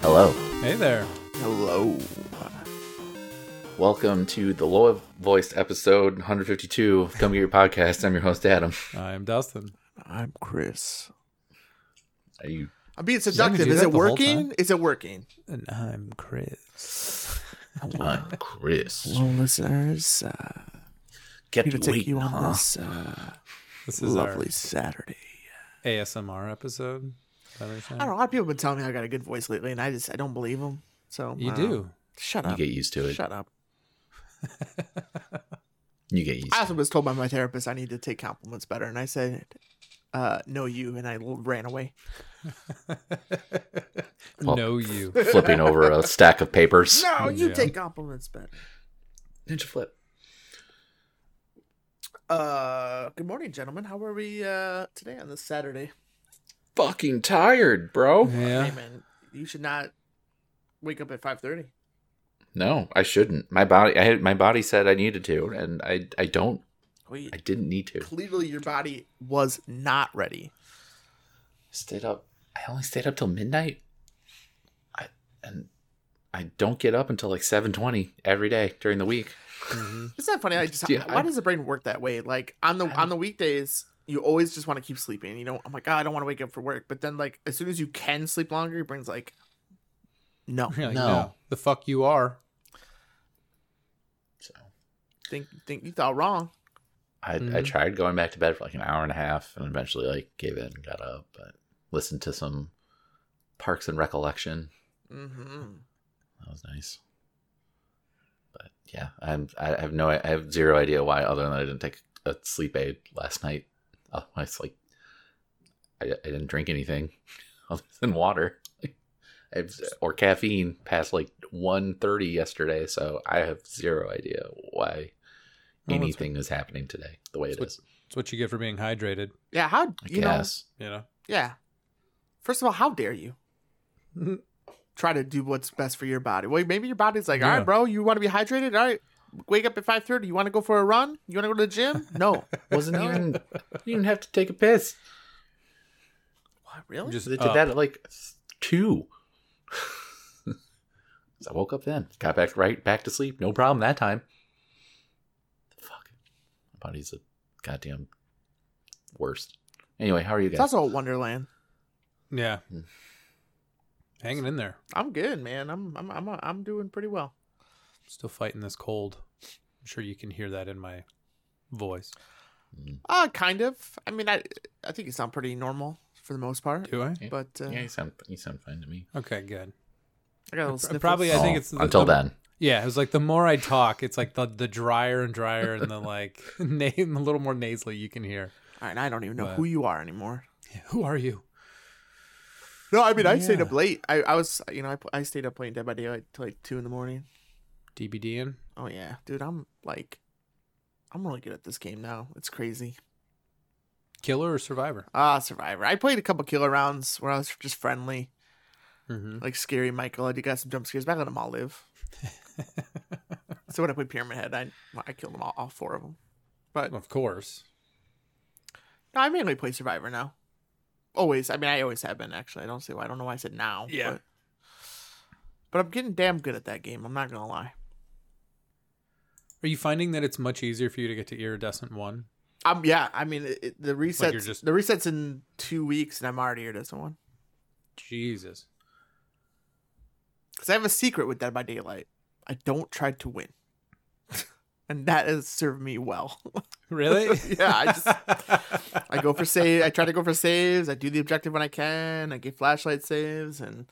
Hello. Hey there. Hello. Welcome to the low voiced episode 152 of Come Get Your Podcast. I'm your host, Adam. I'm Dustin. I'm Chris. Are you I'm you being do seductive. Is that the it whole working? Is it working? And I'm Chris. I'm Chris? Well, listeners, uh, Kept here to take you waiting, on huh? this uh, This is lovely Saturday. our ASMR episode. Is that what you're saying? I don't know. A lot of people have been telling me I got a good voice lately, and I just I don't believe them. So You uh, do. Shut You up. get used to it. Shut up. You get used I to also was told by my therapist I need to take compliments better, and I said, uh, "No, you," and I l- ran away. Well- know you. it. Flipping over a stack of papers. No, you Yeah. take compliments better. Ninja flip. Uh, good morning, gentlemen. How are we uh today on this Saturday? Fucking tired, bro. Yeah. Hey, man, you should not wake up at five thirty. No, I shouldn't. My body, I had, my body said I needed to, and I, I don't. Wait, I didn't need to. clearly your body was not ready. Stayed up. I only stayed up till midnight. I and I don't get up until like seven twenty every day during the week. Mhm. Isn't that funny? I just Yeah, why I- does the brain work that way? Like on the I- on the weekdays, you always just want to keep sleeping. You know, I'm like, oh, I don't want to wake up for work. But then, like, as soon as you can sleep longer, your brain's like, no, You're like, No. The fuck you are. So think think you thought wrong. I I Mhm. tried going back to bed for like an hour and a half, and eventually like gave in and got up. But listened to some Parks and Recollection. Mm-hmm. That was nice. But yeah, I'm I I have no I have zero idea why other than I didn't take a sleep aid last night. Otherwise, like I, I didn't drink anything other than water. I have- or caffeine past like 1.30 yesterday so i have zero idea why Well, Oh, that's- anything is happening today the way it That's is That's what you get for being hydrated, Yeah, how i you guess you know? know? Yeah. First of all, how dare you Mhm. try to do what's best for your body? Well, maybe your body's like, all Yeah. right, bro, you want to be hydrated? All right, wake up at five thirty. You want to go for a run? You want to go to the gym? No. wasn't even I didn't even have to take a piss what really? Just they did up. that at like two. so I woke up then, got back right back to sleep, no problem that time. Fuck, my body's a goddamn worst. Anyway, how are you it's guys? also a wonderland. Yeah. Mm. Hanging in there. I'm good, man. I'm I'm I'm I'm doing pretty well. Still fighting this cold. I'm sure you can hear that in my voice. Uh kind of. I mean, I I think you sound pretty normal for the most part. Do I? But uh, yeah, you sound you sound fine to me. Okay, good. I Pr- got a little sniffles. probably I think Oh, it's the- until the- then. Yeah, it was like the more I talk, it's like the the drier and drier and the like name a little more nasally you can hear. All right, I don't even know But- who you are anymore. Yeah, who are you? No, I mean I stayed Yeah. up late. I, I was you know I, I stayed up playing Dead by Daylight till like two in the morning. DBDing? Oh yeah, dude, I'm like, I'm really good at this game now. It's crazy. Killer or survivor? Ah, Survivor. I played a couple killer rounds where I was just friendly, Mm-hmm. like scary Michael. I did got some jump scares, but I let them all live. so when I played Pyramid Head, I I killed them all, all four of them. Of course. No, I mainly play Survivor now. Always. I mean, I always have been actually. I don't see why. I don't know why I said now. Yeah. But, but I'm getting damn good at that game. I'm not gonna lie. Are you finding that it's much easier for you to get to iridescent one? Um. Yeah. I mean, it, it- the resets. you're just- The resets in two weeks, and I'm already here to someone. Jesus. Because I have a secret with Dead by Daylight. I don't try to win. and that has served me well. Really? Yeah, I I go for save. I try to go for saves. I do the objective when I can. I get flashlight saves, and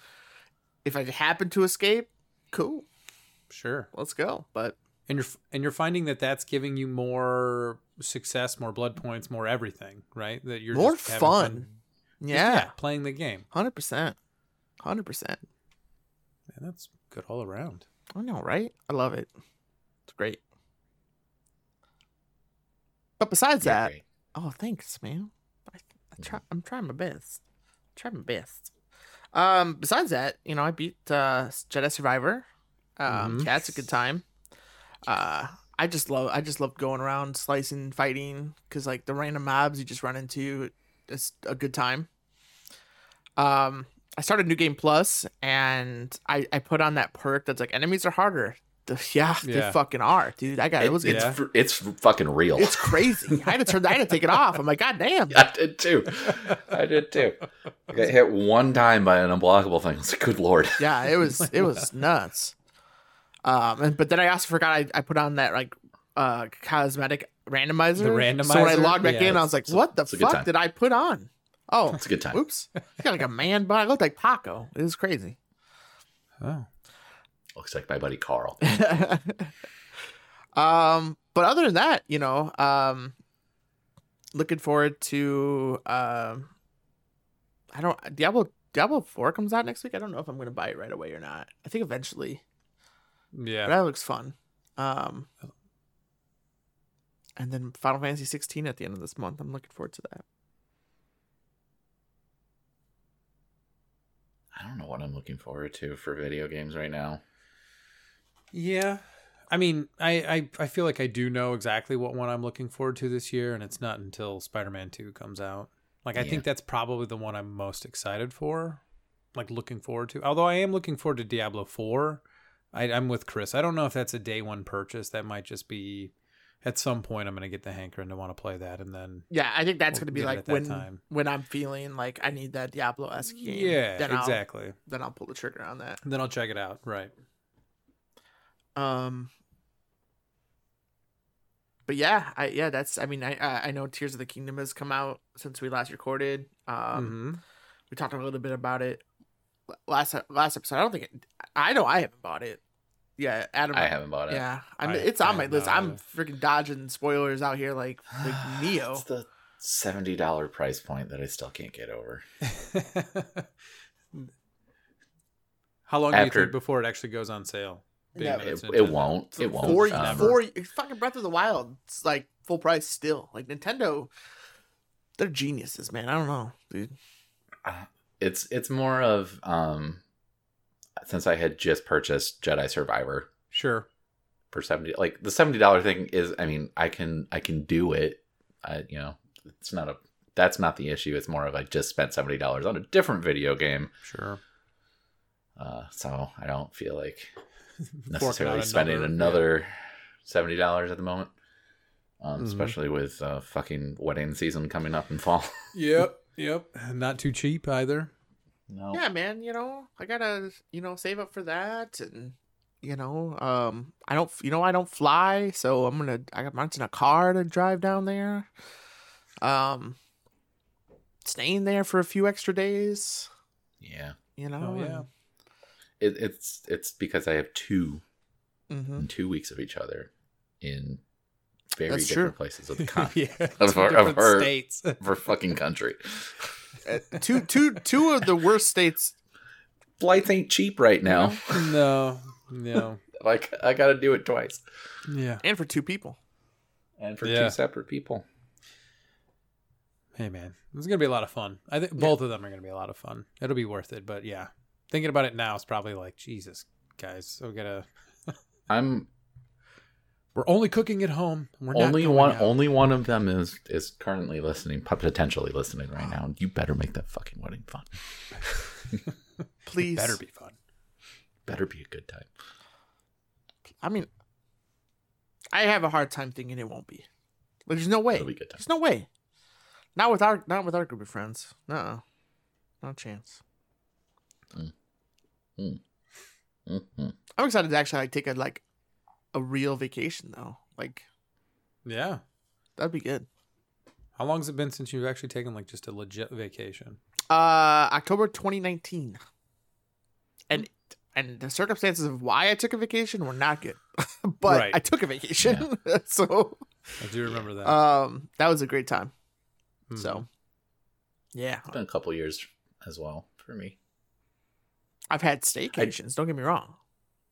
if I happen to escape, cool. sure. Let's go. But And you're f- and you're finding that that's giving you more success, more blood points, more everything, right? That you're More just having fun. Just, yeah. playing the game. Hundred percent, hundred percent. Man, that's good all around. I know, right? I love it. It's great. But besides Yeah, that, great. oh, thanks, man. I, I try, I'm trying my best. Try my best. Um, besides that, you know, I beat uh, Jedi Survivor. Um, Mhm. Cat's a good time. Uh, I just love, I just love going around slicing, fighting, because like the random mobs you just run into, it's a good time. Um, I started New Game Plus and I, I put on that perk that's like enemies are harder. The- yeah, they Yeah. fucking are, dude. I got it. It- was it's yeah. fr- it's fucking real. it's crazy. I had to turn. I had to take it off. I'm like, god damn. I did too. I did too. I got hit one time by an unblockable thing. I was like, good lord. Yeah, it was it was nuts. Um, and but then I also forgot I, I put on that like uh cosmetic randomizer. The randomizer? So when I logged back Yeah, in, I was like, it's a- what the it's a good fuck time. did I put on? Oh, It's a good time. oops. I got like a man bun. I looked like Paco. It was crazy. Oh. Looks like my buddy Carl. um, but other than that, you know, um, looking forward to um, I don't Diablo Diablo Four comes out next week. I don't know if I'm gonna buy it right away or not. I think eventually, but Yeah. that looks fun. Um, and then Final Fantasy 16 at the end of this month. I'm looking forward to that. I don't know what I'm looking forward to for video games right now. Yeah. I mean, I, I I feel like I do know exactly what one I'm looking forward to this year, and it's not until Spider-Man Two comes out. Like I Yeah. think that's probably the one I'm most excited for, like looking forward to. Although I am looking forward to Diablo Four. I, I'm with Chris. I don't know if that's a day one purchase. That might just be at some point I'm going to get the hankering to want to play that, and then Yeah, I think that's We'll gonna be get it like at that when time. when I'm feeling like I need that Diablo esque game. yeah, then I'll, exactly. then I'll pull the trigger on that. then I'll check it out. Right. Um, but yeah, I yeah, that's. I mean, I I- I know Tears of the Kingdom has come out since we last recorded. Um, Mm-hmm. we talked a little bit about it l- last last episode. I don't think it, I know I haven't bought it. Yeah, Adam. I haven't bought it. Yeah, I mean, I- it's I on my have list. not I'm freaking dodging spoilers out here like like Neo. It's the seventy dollar price point that I still can't get over. Mm-hmm. How long do After- you think before it actually goes on sale? Being Yeah, that It, it's it Nintendo. won't. It won't. Four, Um, four, fucking Breath of the Wild. It's like full price still. Like Nintendo, they're geniuses, man. I don't know, dude. It's it's more of um, since I had just purchased Jedi Survivor Sure. for 70 like the 70 dollar thing is i mean i can i can do it i you know it's not a that's not the issue it's more of i just spent 70 dollars on a different video game Sure. uh so i don't feel like Forking necessarily out another- spending another 70 dollars at the moment um Mhm. especially with uh fucking wedding season coming up in fall Yep. Yep. Not too cheap either. no Yeah, man. You know, I gotta, you know, save up for that, and you know, um, I don't, you know, I don't fly, so I'm gonna, I got renting a car to drive down there. Um, staying there for a few extra days. yeah You know. Oh, yeah. it, it's it's because i have two Mm-hmm. two weeks of each other in very That's different true. places of the continent yeah. I've two heard- I've different heard. states. for fucking country two, two, two of the worst states. flights ain't cheap right now. no. No. Like I gotta do it twice, Yeah. And for two people. and for Yeah. two separate people. Hey man, this is gonna be a lot of fun. I think both of them are gonna be a lot of fun. It'll be worth it. But yeah, thinking about it now is probably like Jesus, guys. We gotta. I'm We're only cooking at home. We're not only going one. out. Only one of them is is currently listening, pot- potentially listening right now. You better make that fucking wedding fun. Please. Better be fun. Better be a good time. I mean, I have a hard time thinking it won't be. Like, there's no way. It'll be a good time. There's no way. Not with our not with our group of friends. No, no chance. Mhm. I'm excited to actually like take a like a real vacation though. Like Yeah. that'd be good. How long's it been since you've actually taken like just a legit vacation? Uh, October 2019, and and the circumstances of why I took a vacation were not good, but Right. I took a vacation, so I do remember that. um that was a great time. Mhm. So yeah, It's been a couple years as well for me. I've had staycations. don't get me wrong.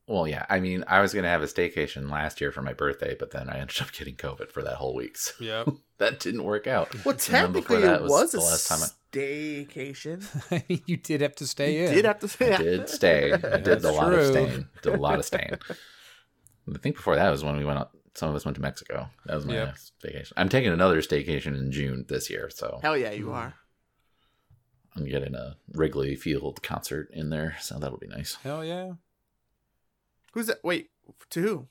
Well, yeah. I mean, I was gonna have a staycation last year for my birthday, but then I ended up getting COVID for that whole week, so Yep. that didn't work out. Well, And then before technically, that it was was, the last time a staycation. I mean, you did have to stay You in. did have to say I did stay. I did That's a lot of true. staying. Did a lot of staying. I think before that was when we went out. Some of us went to Mexico. That was my Yep. Hmm. next vacation. I'm taking another staycation in June this year. So Hell yeah, you Hmm. are. and getting a Wrigley Field concert in there, so that'll be nice. Hell yeah. Who's that? Wait, to who?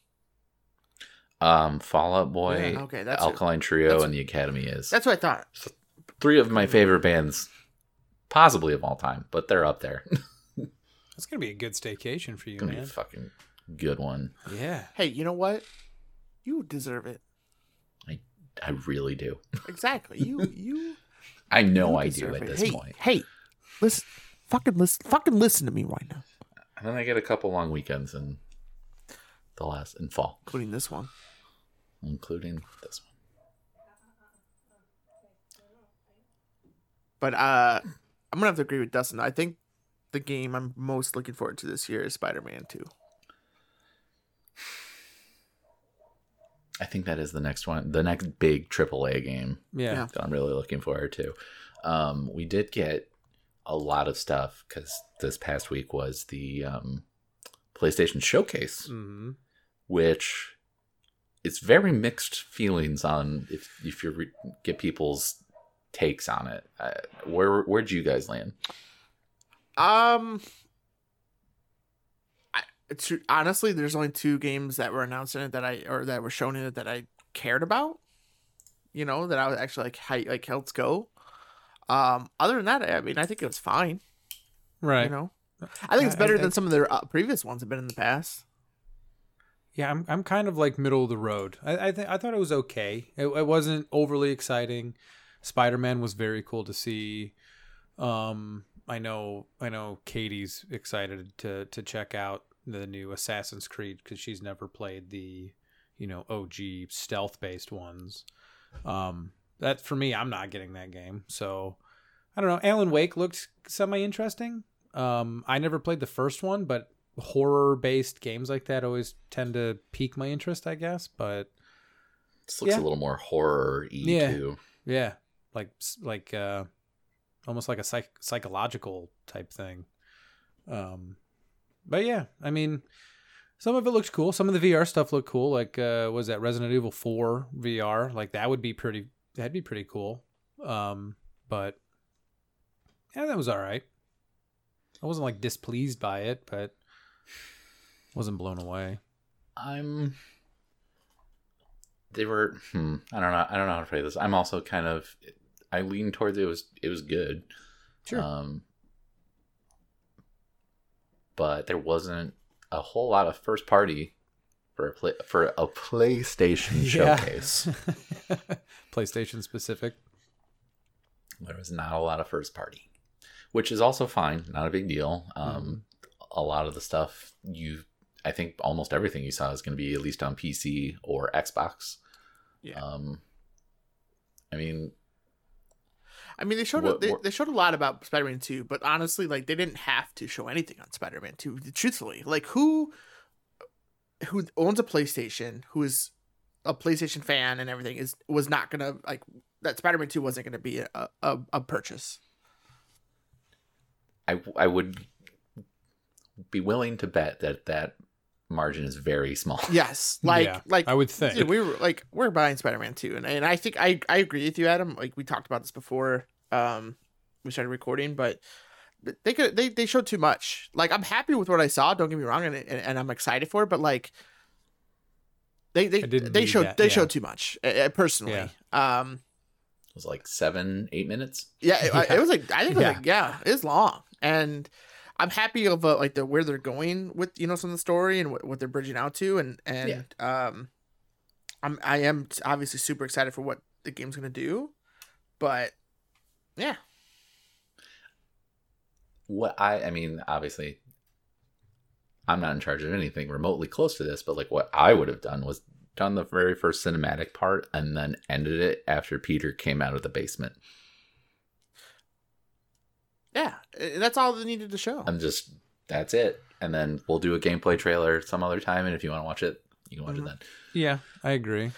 Um, Fall Out Boy, Yeah, Okay, that's who- Alkaline Trio, that's- and the Academy is that's what I thought. three of my favorite bands, possibly of all time, but they're up there. That's gonna be a good staycation for you, Gonna be a man. fucking good one. Yeah. Hey, you know what? You deserve it. I really do. Exactly. You you. I know you I do deserve at it. this hey, point. Hey, listen, fucking listen, fucking listen to me right now, And then I get a couple long weekends in the last in fall, including this one. including this one. But uh, I'm gonna have to agree with Dustin. I think the game I'm most looking forward to this year is Spider-Man Two. I think that is the next one, the next big AAA game Yeah. Yeah. that I'm really looking forward to. Um, we did get a lot of stuff because this past week was the um, PlayStation Showcase, hmm which it's very mixed feelings on if if you re- get people's takes on it. Uh, where where'd you guys land? Um, I, to, honestly, there's only two games that were announced in it that I or that were shown in it that I cared about. You know that I was actually like hi- like let's go. Um, other than that, I mean, I think it was fine. Right. You know, I think it's I- better I- than some of their uh, previous ones have been in the past. Yeah, I'm I'm kind of like middle of the road. I I, th- I thought it was okay. It, it wasn't overly exciting. Spider Man was very cool to see. Um, I know I know Katie's excited to to check out the new Assassin's Creed because she's never played the you know OG stealth based ones. Um, that for me, I'm not getting that game. So I don't know. Alan Wake looked semi interesting. Um, I never played the first one, but horror based games like that always tend to pique my interest, I guess. But This looks Yeah. a little more horror y Yeah. too. yeah, like like uh, almost like a psych- psychological type thing. Um, but yeah, I mean, some of it looks cool. Some of the VR stuff looked cool. Like uh, was that Resident Evil Four VR? Like that would be pretty. That'd be pretty cool. Um, but yeah, that was all right. I wasn't like displeased by it, but wasn't blown away. I'm. They were. Hmm, I don't know. I don't know how to phrase this. I'm also kind of. I lean towards it was. It was good. Um, but there wasn't a whole lot of first party for a play, for a PlayStation showcase. PlayStation specific. there was not a lot of first party, which is also fine. Not a big deal. Um, a lot of the stuff you. I think almost everything you saw is going to be at least on PC or Xbox. Yeah. Um, I mean, I mean, they showed What- they, what- they showed a lot about Spider-Man Two, but honestly, like they didn't have to show anything on Spider-Man Two. Truthfully, like who who owns a PlayStation, who is a PlayStation fan and everything, is was not gonna like that. Spider-Man Two wasn't gonna be a a, a purchase. I I would be willing to bet that that margin is very small. Yes, like Yeah, like I would think. Dude, we were like we're buying Spider-Man 2 and and I think I I agree with you Adam. Like we talked about this before um we started recording, but th- they could they they showed too much. Like I'm happy with what I saw, don't get me wrong, and and, and I'm excited for it, but like they they I didn't they need showed that, they yeah. showed too much uh, uh, personally. Um It was like seven, eight minutes. yeah, it, I- Yeah. it was like I think it was Yeah. like yeah, it's long, and I'm happy of uh, like the where they're going with you know some of the story and what, what they're bridging out to, and and um, I'm I am t- obviously super excited for what the game's gonna do, but yeah, What I I mean, obviously, I'm not in charge of anything remotely close to this, but like what I would have done was done the very first cinematic part and then ended it after Peter came out of the basement. yeah, uh, that's all they needed to show. I'm just that's it, and then we'll do a gameplay trailer some other time, and if you want to watch it, you can watch Mhm. it then. yeah, I agree.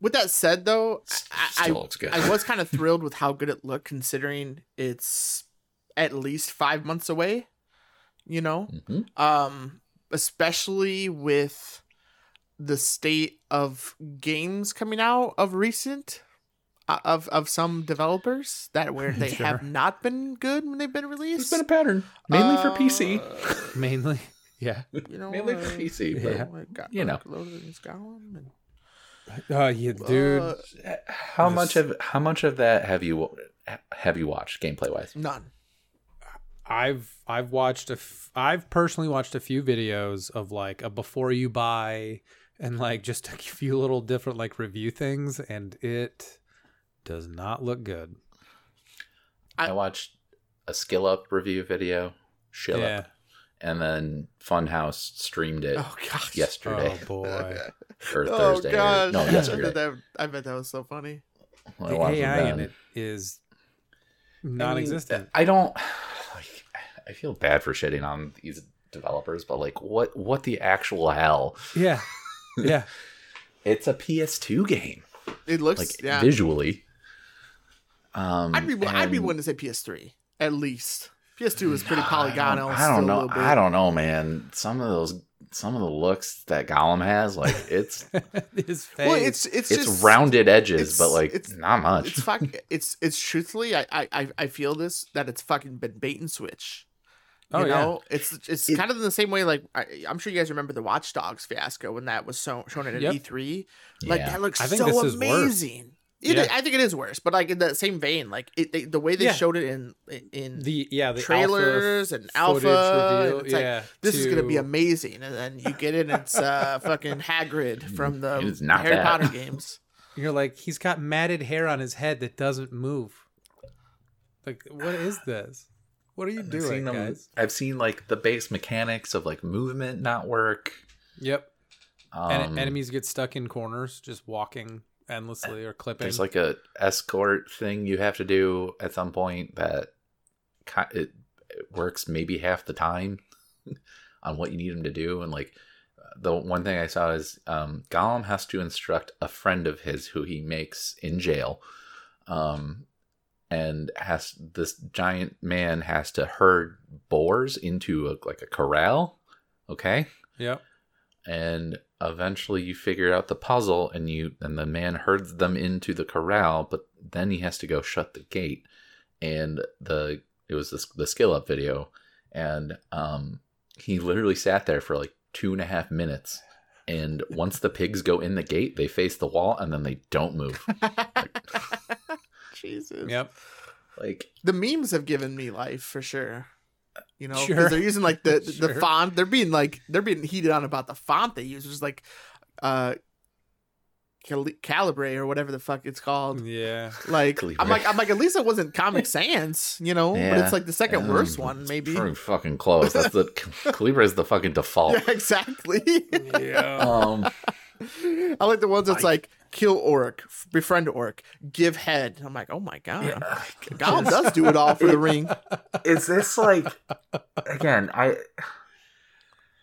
with that said, though, I, I, Still looks good. I was kind of thrilled with how good it looked, considering it's at least five months away. You know, Mhm. um especially with the state of games coming out of recent uh, of of some developers that where they Sure. have not been good when they've been It's released. been a pattern, mainly for PC. Uh, mainly. Yeah. you know, Mainly for uh, PC. Yeah. But oh, it got, you know. like, loaded in Scotland and- Uh, yeah, dude. Uh, how Yes. much of how much of that have you have you watched gameplay wise? none. I've I've watched a f- I've personally watched a few videos of like a before you buy and like just a few little different like review things and it does not look good. I watched a skill up review video, shill yeah. up, and then Funhouse streamed it Oh gosh. yesterday Oh boy. or Oh Thursday. or- gosh. no, I bet yesterday. that- I bet that was so funny. Well, I the watched it AI in then. it is I mean, non-existent. I don't like. I feel bad for shitting on these developers, but like, what what the actual hell? yeah. Yeah. It's a PS2 game, It looks like yeah. visually. Um, I'd be I'd be and- willing to say PS3 at least. PS2 is pretty polygonal. I don't still a know. little bit. I don't know, man. Some of those, some of the looks that Gollum has, like it's His face. Well, it's it's it's just rounded edges, it's- but like it's- not much. It's fuck. It's it's truthfully, I I I- I feel this that it's fucking been bait and switch. oh you yeah. know, it's it's It- kind of in the same way. Like I, I'm sure you guys remember the Watch Dogs fiasco when that was so, shown at Yep. E3. Like yeah. that looks I think so this is worse. amazing. It, Yeah. is- I think it is worse, but like in that same vein, like it, they, the way they Yeah. showed it in in the yeah, the trailers and alpha footage alpha, reveal, and it's like, yeah, this is gonna be to- amazing, and then you get in it's uh fucking Hagrid from the It is not Harry that. Potter games. You're like, he's got matted hair on his head that doesn't move. Like, what is this? What are you I've doing, seen them- guys? I've seen like the base mechanics of like movement not work. Yep. Um, And enemies get stuck in corners, just walking endlessly or clipping. There's like a escort thing you have to do at some point that ki- it, it works maybe half the time on what you need him to do. And like uh, the one thing I saw is um, Gollum has to instruct a friend of his who he makes in jail, um, and has this giant man has to herd boars into a, like a corral. Okay yep. and eventually you figure out the puzzle and you and the man herds them into the corral but then he has to go shut the gate and the it was this, the skill up video and um he literally sat there for like two and a half minutes and once the pigs go in the gate they face the wall and then they don't move Jesus, Yep. like the memes have given me life for sure. You know, 'cause Sure. they're using like the the, the Sure. font. They're being like they're being heated on about the font they use, which is like, uh, Cal- Calibre or whatever the fuck it's Mm. called. Yeah. Like Calibre. I'm like I'm like at least it wasn't Comic Sans, you know. But Yeah. it's like the second um, worst one, maybe. pretty fucking close that's the calibra is the fucking default Yeah, exactly. Yeah. um I like the ones that's like kill orc, f- befriend orc, give head. I'm like, oh my god, Gollum does do it all for the ring. is this like again i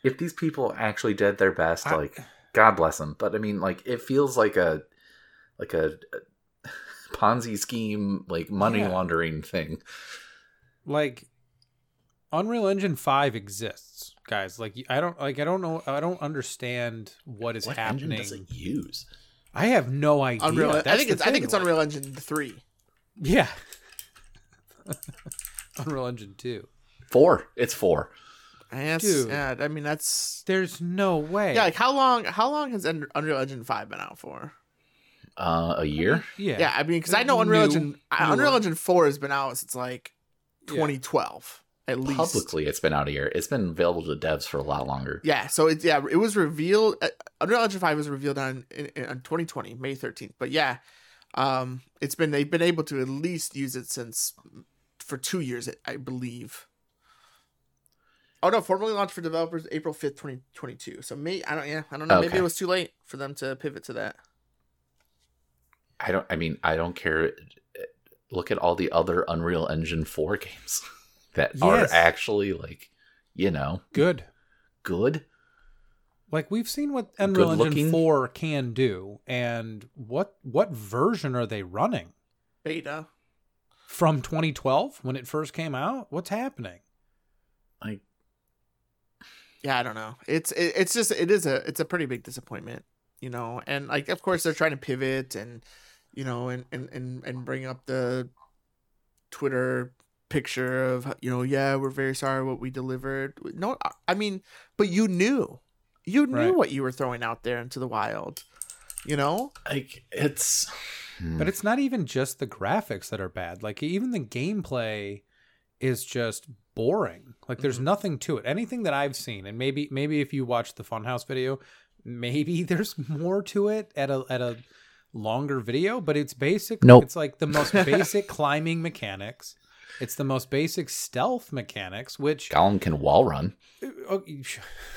if these people actually did their best I- like god bless them but i mean like it feels like a like a, a ponzi scheme like money Yeah. laundering thing like Unreal Engine 5 exists, guys. Like I don't like I don't know I don't understand what is happening. use I have no idea. Unreal. I That's think the it's I thing, think it's like- Unreal Engine three. Yeah. Unreal Engine 2. four it's four Yes, Dude. yeah. I mean, that's There's no way. yeah. Like how long? How long has Un- Unreal Engine Five been out for? uh a year yeah. Yeah, I mean, because I know Unreal New- Engine I- newer. Unreal Engine Four has been out since like Yeah. 2012 at least. publicly it's been out a year it's been available to devs for a lot longer Yeah, so it yeah it was revealed. Uh, Unreal Engine Five was revealed on in, in, on 2020 May 13th. But yeah, um, it's been they've been able to at least use it since for two years, I believe. Oh no, formally launched for developers April 5th, 2022. So may I don't yeah I don't know maybe Okay. it was too late for them to pivot to that. i don't i mean i don't care uh, look at all the other unreal engine 4 games that Yes. are actually like you know Good. good Like we've seen what Unreal Engine looking. 4 can do and what what version are they running? Beta. From 2012 when it first came out? What's happening? like Yeah, I don't know. It's it, it's just it is a it's a pretty big disappointment, you know. And like of course they're trying to pivot and you know, and and and and bring up the Twitter picture of you know, yeah, we're very sorry what we delivered. No, I- I mean, but you knew, you knew Right. what you were throwing out there into the wild, you know. Like it's But it's not even just the graphics that are bad. Like even the gameplay is just boring. Like there's Mhm. nothing to it. Anything that I've seen, and maybe maybe if you watch the Funhouse video, maybe there's more to it at a at a longer video. But it's basic. Nope. It's like the most basic climbing mechanics. It's the most basic stealth mechanics. Which Gollum can wall run oh, you-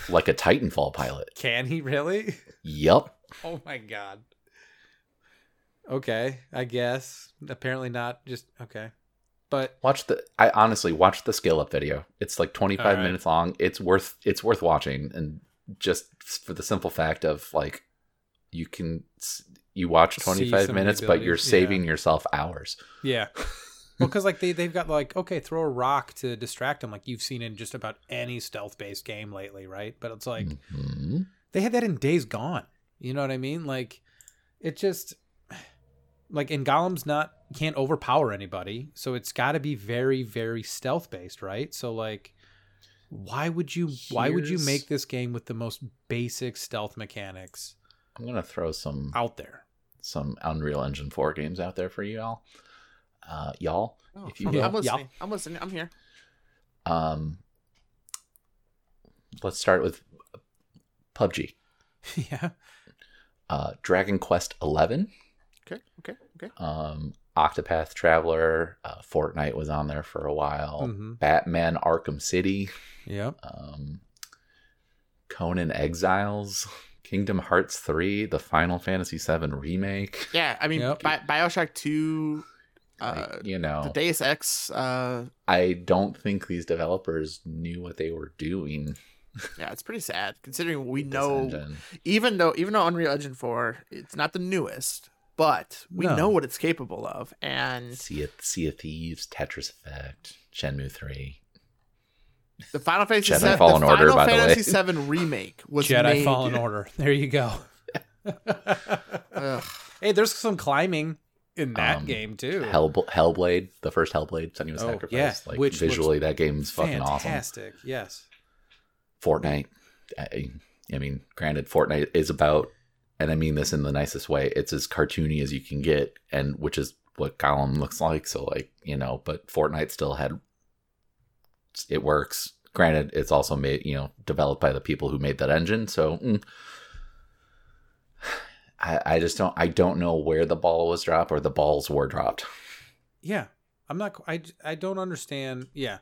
like a Titanfall pilot. can he really? Yup. Oh my god. Okay, I guess. Apparently not. Just okay, but. Watch the I honestly watch the scale up video. It's like 25 All right. minutes long. It's worth it's worth watching and just for the simple fact of like you can s- you watch See 25 some minutes but you're abilities, yeah. saving yourself hours. Yeah. Well, because like they they've got like okay, throw a rock to distract them, like you've seen in just about any stealth based game lately, right? But it's like Mhm. they had that in Days Gone. You know what I mean? Like it just like in Gollum's not can't overpower anybody, so it's got to be very very stealth based, right? So like why would you why would you Here's- make this game with the most basic stealth mechanics I'm going to throw some out there? some Unreal Engine 4 games out there for you all. Uh y'all Oh, If you I'm, will. I'm Yeah. listening. I'm listening. I'm here. um let's start with PUBG. yeah. Uh Dragon Quest 11 Okay. Okay. Okay. um, Octopath Traveler, uh, Fortnite was on there for a while, Hmm. Mhm. Batman Arkham City, Yeah. um, Conan Exiles, Kingdom Hearts 3, the Final Fantasy 7 remake. Yeah. I mean, Yep. Bi- Bioshock Two. Uh, Like, you the know, Deus Ex. Uh, I don't think these developers knew what they were doing. yeah, it's pretty sad considering we with this know. engine. Even though, even though Unreal Engine Four, it's not the newest, but we No. know what it's capable of, and Sea of, sea of Thieves, Tetris Effect, Shenmue 3. the Final Fantasy Jedi VII- Fallen the Order, Final by the way. Fantasy Seven remake was Jedi made. Fallen Order. There you go. Ugh. Hey, there's some climbing in that Um, game too. Hell, Hellblade, the first Hellblade, Senua's was Oh, Sacrifice. yeah, like, which looks visually, that game's fucking awesome. Fantastic. Yes. Fortnite. I, I mean, granted, Fortnite is about, and I mean this in the nicest way. It's as cartoony as you can get, and which is what Gollum looks like. So, like you know, but Fortnite still had it works. Granted, it's also made you know developed by the people who made that engine. So, mm. I, I just don't. I don't know where the ball was dropped or the balls were dropped. Yeah. I'm not qu- I I don't understand. Yeah.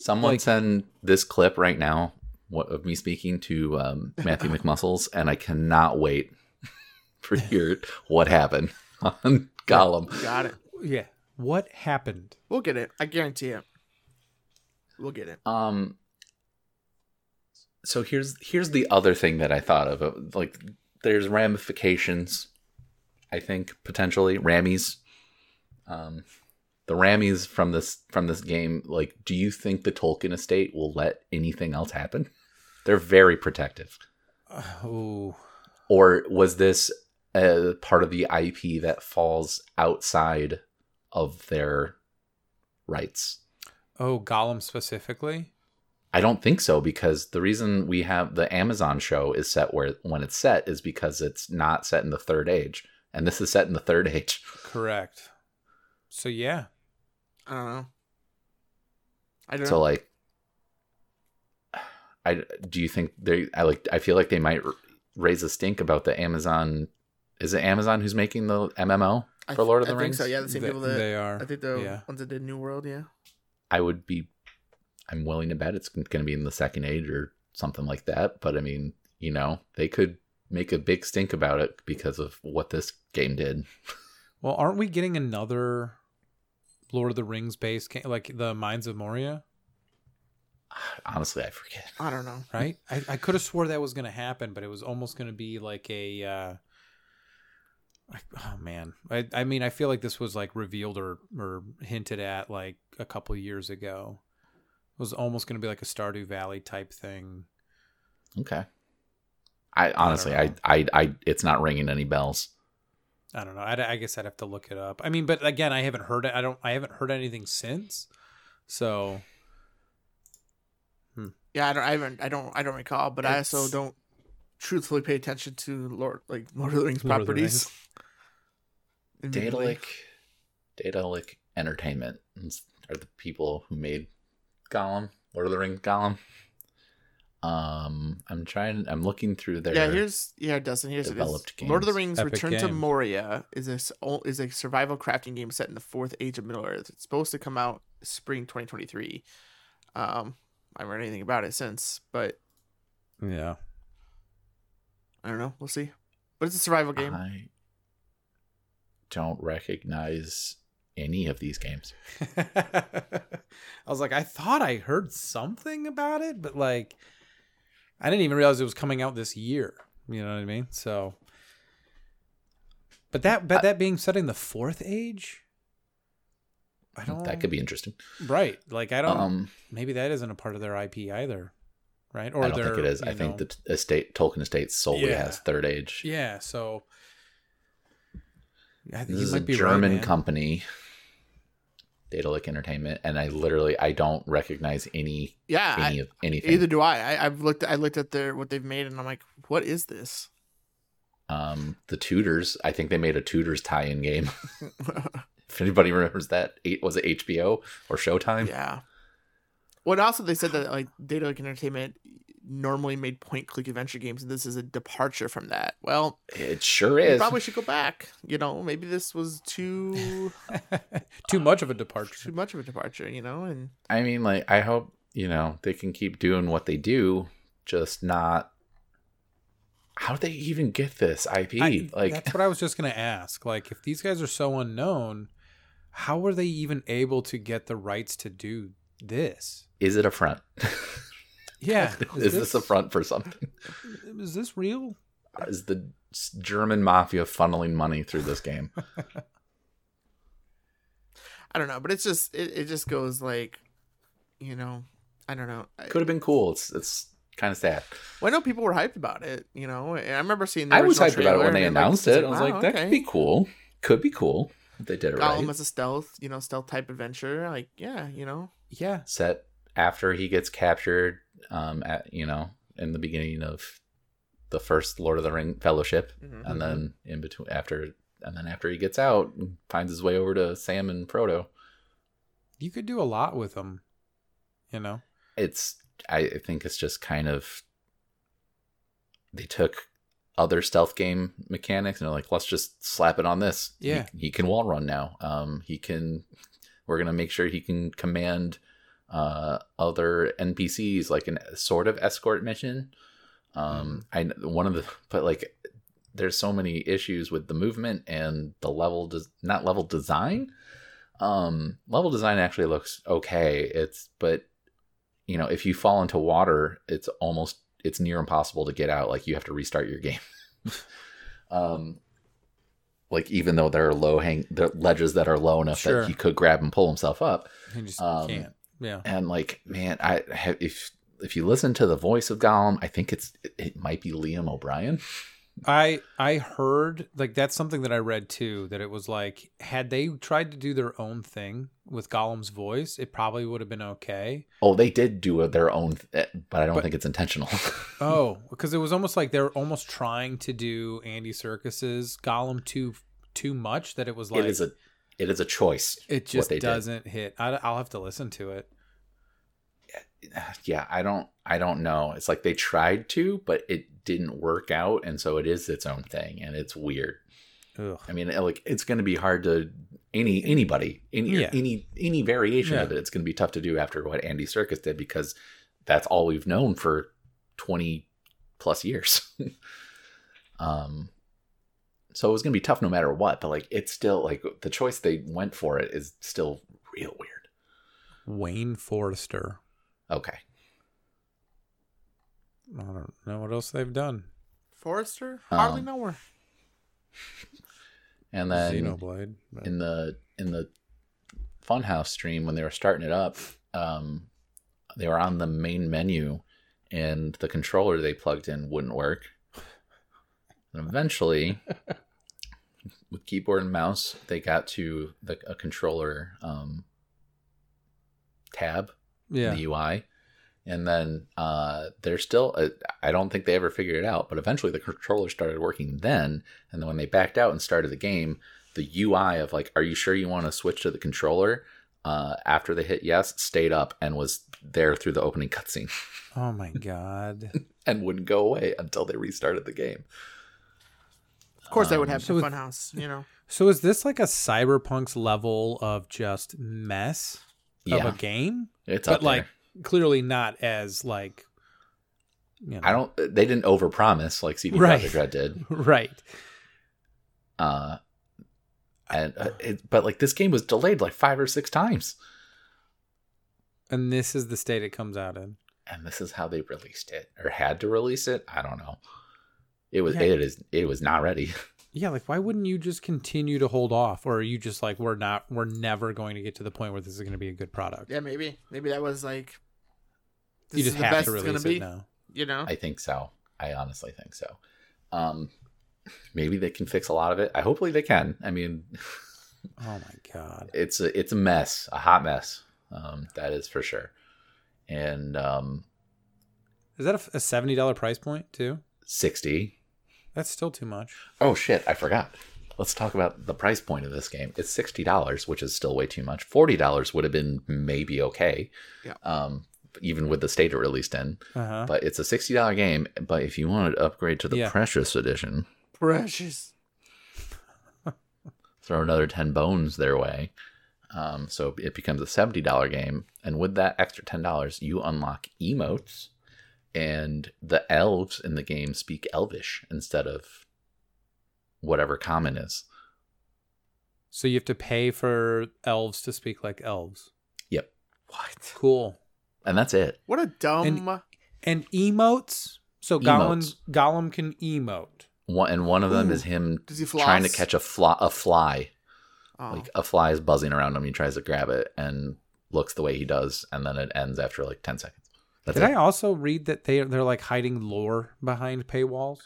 Someone Like- send this clip right now what, of me speaking to um, Matthew McMuscles, and I cannot wait for your what happened on Gollum. Got it. Yeah. What happened? We'll get it. I guarantee it. We'll get it. Um, so here's here's the other thing that I thought of. uh, Like, there's ramifications. I think potentially Rammies. Um, the Rammies from this from this game. Like, do you think the Tolkien estate will let anything else happen? They're very protective. Oh. or was this a part of the IP that falls outside of their rights? Oh, Gollum specifically? I don't think so because the reason we have the Amazon show is set where when it's set is because it's not set in the third age and this is set in the third age. Correct. So yeah. I don't know. I don't So know. like I do you think they I like I feel like they might r- raise a stink about the Amazon is it Amazon who's making the MMO? I for Lord of th- the I think so. Rings? Yeah, the same they, people that they are. I think the yeah. ones that did New World. Yeah. I would be, I'm willing to bet it's going to be in the second age or something like that. But I mean, you know, they could make a big stink about it because of what this game did. Well, aren't we getting another Lord of the Rings based game like the Mines of Moria? Honestly, I forget. I don't know. right? I, I could have swore that was going to happen, but it was almost going to be like a. Uh, I, oh man, I, I mean, I feel like this was like revealed or or hinted at like a couple years ago. It was almost going to be like a Stardew Valley type thing. Okay. I honestly, I, know. I, I, it's not ringing any bells. I don't know. I'd, I guess I'd have to look it up. I mean, but again, I haven't heard it. I don't. I haven't heard anything since. So Yeah, I don't. I haven't. I don't. I don't recall. But I also It's- don't truthfully pay attention to Lord like Lord of the Rings Lord of the properties. Data Admittedly. Lake, Data Lake Entertainment is- are the people who made Gollum, Lord of the Rings Gollum. Um, I'm trying. I'm looking through their. Yeah, here's yeah, Dustin. Here's it is. developed Lord of the games. Rings: Epic Return to game. Moria is a s- o- is a survival crafting game set in the fourth age of Middle Earth. It's supposed to come out spring 2023. Um, I haven't heard anything about it since, but yeah, I don't know. We'll see. But it's a survival game. I don't recognize any of these games. I was like, I thought I heard something about it, but like, I didn't even realize it was coming out this year. You know what I mean? So, but that, but that being said, in the fourth age, I don't. That could be interesting. right. Like, I don't. Um, maybe that isn't a part of their IP either, right? Or I don't think their, it is. you I think know- the t- estate Tolkien estate solely Yeah. has Third Age. yeah. So, I think This you is a might be right, German man. company, Data Lake Entertainment, and I literally I don't recognize any yeah, I- any of anything. either do I. I. I've looked. I looked at their what they've made, and I'm like, what is this? Um, the Tudors. I think they made a Tudors tie-in game. if anybody remembers that, eight was it HBO or Showtime? yeah. Well, and also they said that like Data Lake Entertainment normally made point-click adventure games, and this is a departure from that. Well, It sure We is. probably should go back. You know, maybe this was too Too much of a too departure. much of a departure. You know, and I mean, like, I hope you know they can keep doing what they do, just not. How do they even get this IP? I- like, that's what I was just gonna ask. Like, if these guys are so unknown, how were they even able to get the rights to do this? is it a front? Yeah, is this a front for something? Is this real? Is the s- German mafia funneling money through this game? I don't know, but it's just it, it just goes like, you know, I don't know. I, Could have been cool. It's it's kind of sad. well, I know people were hyped about it. You know, and I remember seeing. The I was original hyped about it when trailer, they and, like, announced it's it. Oh, I was wow, like, that okay. could be cool. Could be cool. if They did it Gollum right. as a stealth, you know, stealth type adventure. Like, yeah, you know, Yeah, Set after he gets captured, um, at you know, in the beginning of the first Lord of the Ring Fellowship, Mhm. and then in between after, and then after he gets out, finds his way over to Sam and Frodo. you could do a lot with them. You know. It's I I think it's just kind of they took other stealth game mechanics and they're like, let's just slap it on this. He- Yeah. he, can wall run now. Um, he can. We're gonna make sure he can command uh other NPCs like an sort of escort mission. Um, I kn- one of the but like there's so many issues with the movement and the level does not level design. Um, level design actually looks okay. It's but you know if you fall into water, it's almost it's near impossible to get out. Like you have to restart your game. um, like even though there are low hang, there are ledges that are low enough Sure. that he could grab and pull himself up. You just Um, can't. Yeah. And like man, I have, if if you listen to the voice of Gollum, I think it's it, it might be Liam O'Brien. I I heard like that's something that I read too that it was like had they tried to do their own thing with Gollum's voice, it probably would have been okay. Oh, they did do a, their own, th- but I don't But- think it's intentional. Oh, because it was almost like they're almost trying to do Andy Circus's Gollum too too much that it was like it is a it is a choice. it just they did. doesn't hit. I, I'll have to listen to it. uh, Yeah, I don't I don't know. It's like they tried to, but it didn't work out, and so it is its own thing, and it's weird. Ugh. I mean, like it's going to be hard to any anybody any Yeah. any any variation of Yeah. it. It's going to be tough to do after what Andy Circus did because that's all we've known for twenty plus years. um, so it was going to be tough no matter what. But like, it's still like the choice they went for it is still real weird. Wayne Forrester. Okay, I don't know what else they've done. Forrester hardly Um, know her. and then Xenoblade. but- in the in the funhouse stream when they were starting it up um they were on the main menu and the controller they plugged in wouldn't work and eventually with keyboard and mouse, they got to the, a controller um, tab in Yeah. the UI, and then uh, they're still. Uh, I don't think they ever figured it out, but eventually the controller started working then, and then when they backed out and started the game, the UI of like, "Are you sure you want to switch to the controller?" Uh, after they hit yes, stayed up and was there through the opening cutscene Oh my god. and wouldn't go away until they restarted the game. Of course, that would Um, happen so to with- Funhouse. You know, So is this like a cyberpunk's level of just mess of Yeah, a game? it's Oh, but up like there. clearly not as like you know, I don't. They didn't overpromise like CD Right. Projekt Red did. right. Uh, and uh, it, but like this game was delayed like five or six times, And this is the state it comes out in. and this is how they released it or had to release it. I don't know. It was Yeah. it is it was not ready. Yeah, like why wouldn't you just continue to hold off or are you just like we're not we're never going to get to the point where this is going to be a good product? yeah, maybe, maybe that was like. This you just is the have best to it's gonna release be. it now. You know, I think so. I honestly think so. Um, maybe they can fix a lot of it. I hopefully they can. I mean, Oh my god. it's a it's a mess, a hot mess. Um, that is for sure. And um, Is that a, a $70 price point too? sixty That's still too much. Oh shit, I forgot. Let's talk about the price point of this game. It's sixty dollars, which is still way too much. Forty dollars would have been maybe okay, Yeah. um, even with the state it released in. Uh-huh. But it's a sixty dollar game. But if you wanted to upgrade to the Yeah. Precious Edition, precious. throw another ten bones their way. Um, so it becomes a seventy dollar game, and with that extra ten dollars, you unlock emotes, and the elves in the game speak Elvish instead of whatever common is. so you have to pay for elves to speak like elves. Yep, What? Cool. and that's it. What a dumb. oh. And emotes? So Gollum Gollum can emote. One and one of them Ooh. is him Does he floss? trying to catch a fly. A fly, Oh. like a fly is buzzing around him. He tries to grab it and looks the way he does, and then it ends after like ten seconds. That's Did it. I also read that they they're like hiding lore behind paywalls?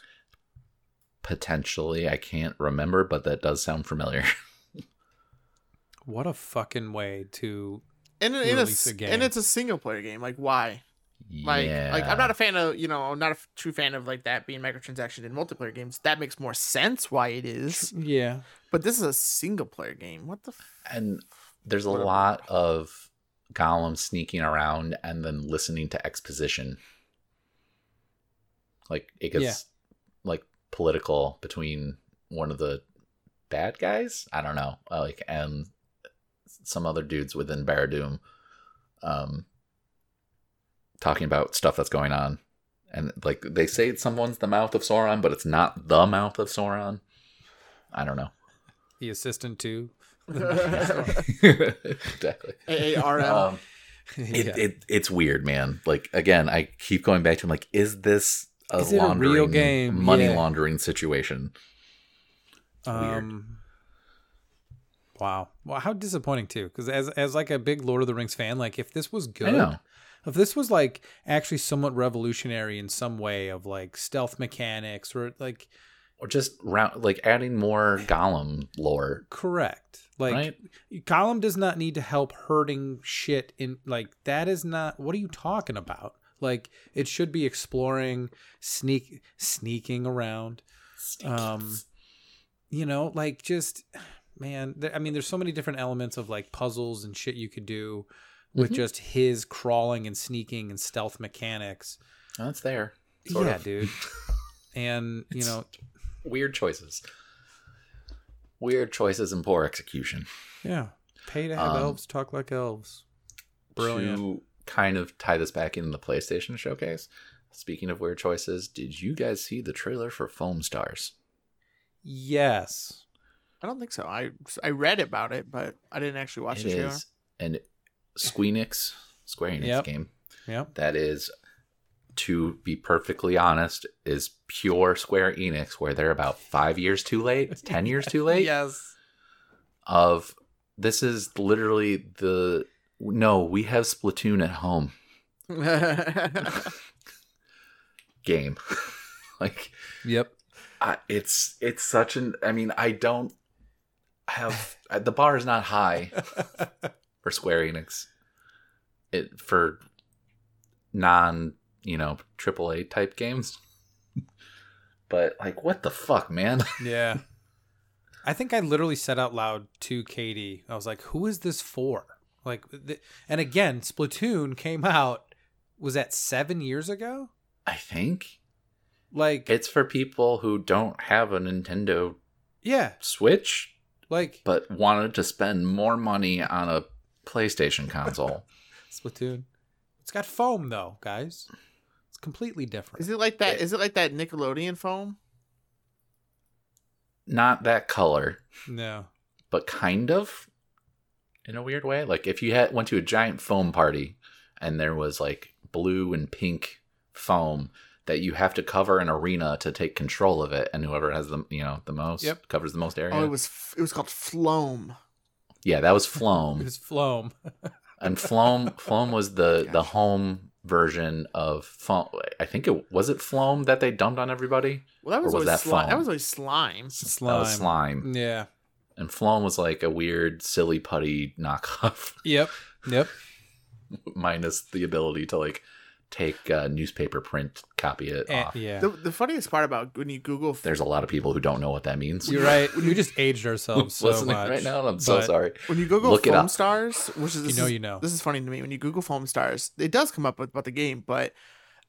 Potentially, I can't remember, but that does sound familiar. What a fucking way to and, it- and, release it's, a game. and it's a single player game. Like, why? Like, like I'm not a fan of you know, I'm not a f- true fan of like that being microtransaction in multiplayer games. That makes more sense why it is. yeah. But this is a single player game. What the? F- and there's a Whatever. lot of Gollum sneaking around and then listening to exposition. Like it gets Yeah. like political between one of the bad guys, I don't know, uh, like and some other dudes within Baradoom, um, talking about stuff that's going on, and like they say someone's the mouth of Sauron, but it's not the mouth of Sauron. I don't know. The assistant too. exactly. AARL. Um, it, it it's weird, man. Like again, I keep going back to him. Like, is this a Is it a real laundering game? money Yeah. laundering situation? weird. um Wow. Well, how disappointing too cuz as as like a big Lord of the Rings fan, like if this was I good, know. if this was like actually somewhat revolutionary in some way of like stealth mechanics or like Or just round like adding more Gollum lore, correct. Like right? Gollum does not need to help herding shit in like that is not what are you talking about? Like it should be exploring, sneak sneaking around. Um you know, like just man, there, I mean there's so many different elements of like puzzles and shit you could do with Mhm. just his crawling and sneaking and stealth mechanics. That's there. Sort yeah, of. dude. And you It's- know, Weird choices. Weird choices and poor execution. yeah, pay to have Um, elves talk like elves. Brilliant. To kind of tie this back into the PlayStation showcase. Speaking of weird choices, did you guys see the trailer for Foam Stars? Yes. I don't think so. I I read about it, but I didn't actually watch It the trailer. is an Squeenix Square Enix Yep. game Yep. that is, to be perfectly honest, is pure Square Enix, where they're about five years too late, ten years too late. Yes. Of this is literally the no, we have Splatoon at home game. like Yep. I, it's it's such an. I mean, I don't have uh, the bar is not high for Square Enix. It for non, you know, AAA type games. but like what the fuck, man? yeah. I think I literally said out loud to Katie, I was like, who is this for? Like, th- and again, Splatoon came out, was that seven years ago? I think Like, it's for people who don't have a Nintendo yeah, Switch like but wanted to spend more money on a PlayStation console. Splatoon. It's got foam though, guys. It's completely different. Is it like that? Is it like that Nickelodeon foam? not that color, No. but kind of in a weird way. Like if you had went to a giant foam party and there was like blue and pink foam that you have to cover an arena to take control of it, and whoever has the you know the most Yep. covers the most area. Oh, it was f- it was called Floam. yeah, that was Floam, It's foam. and Floam Floam was the the Gotcha. home version of foam. I think it was it Floam that they dumped on everybody. Well, that was, Or was always that slime. That foam? was always slime. That Slime. was slime, Yeah. and Floam was like a weird silly putty knockoff. Yep. Yep. minus the ability to like take uh, newspaper print, copy it Eh, off. yeah. The, the funniest part about when you Google f- There's a lot of people who don't know what that means. You're right. We just aged ourselves so listening much. right now, and I'm so but- sorry. when you Google Look it foam up. stars, which is You this, know, is you know. this is funny to me. When you Google foam stars, it does come up with, about the game, but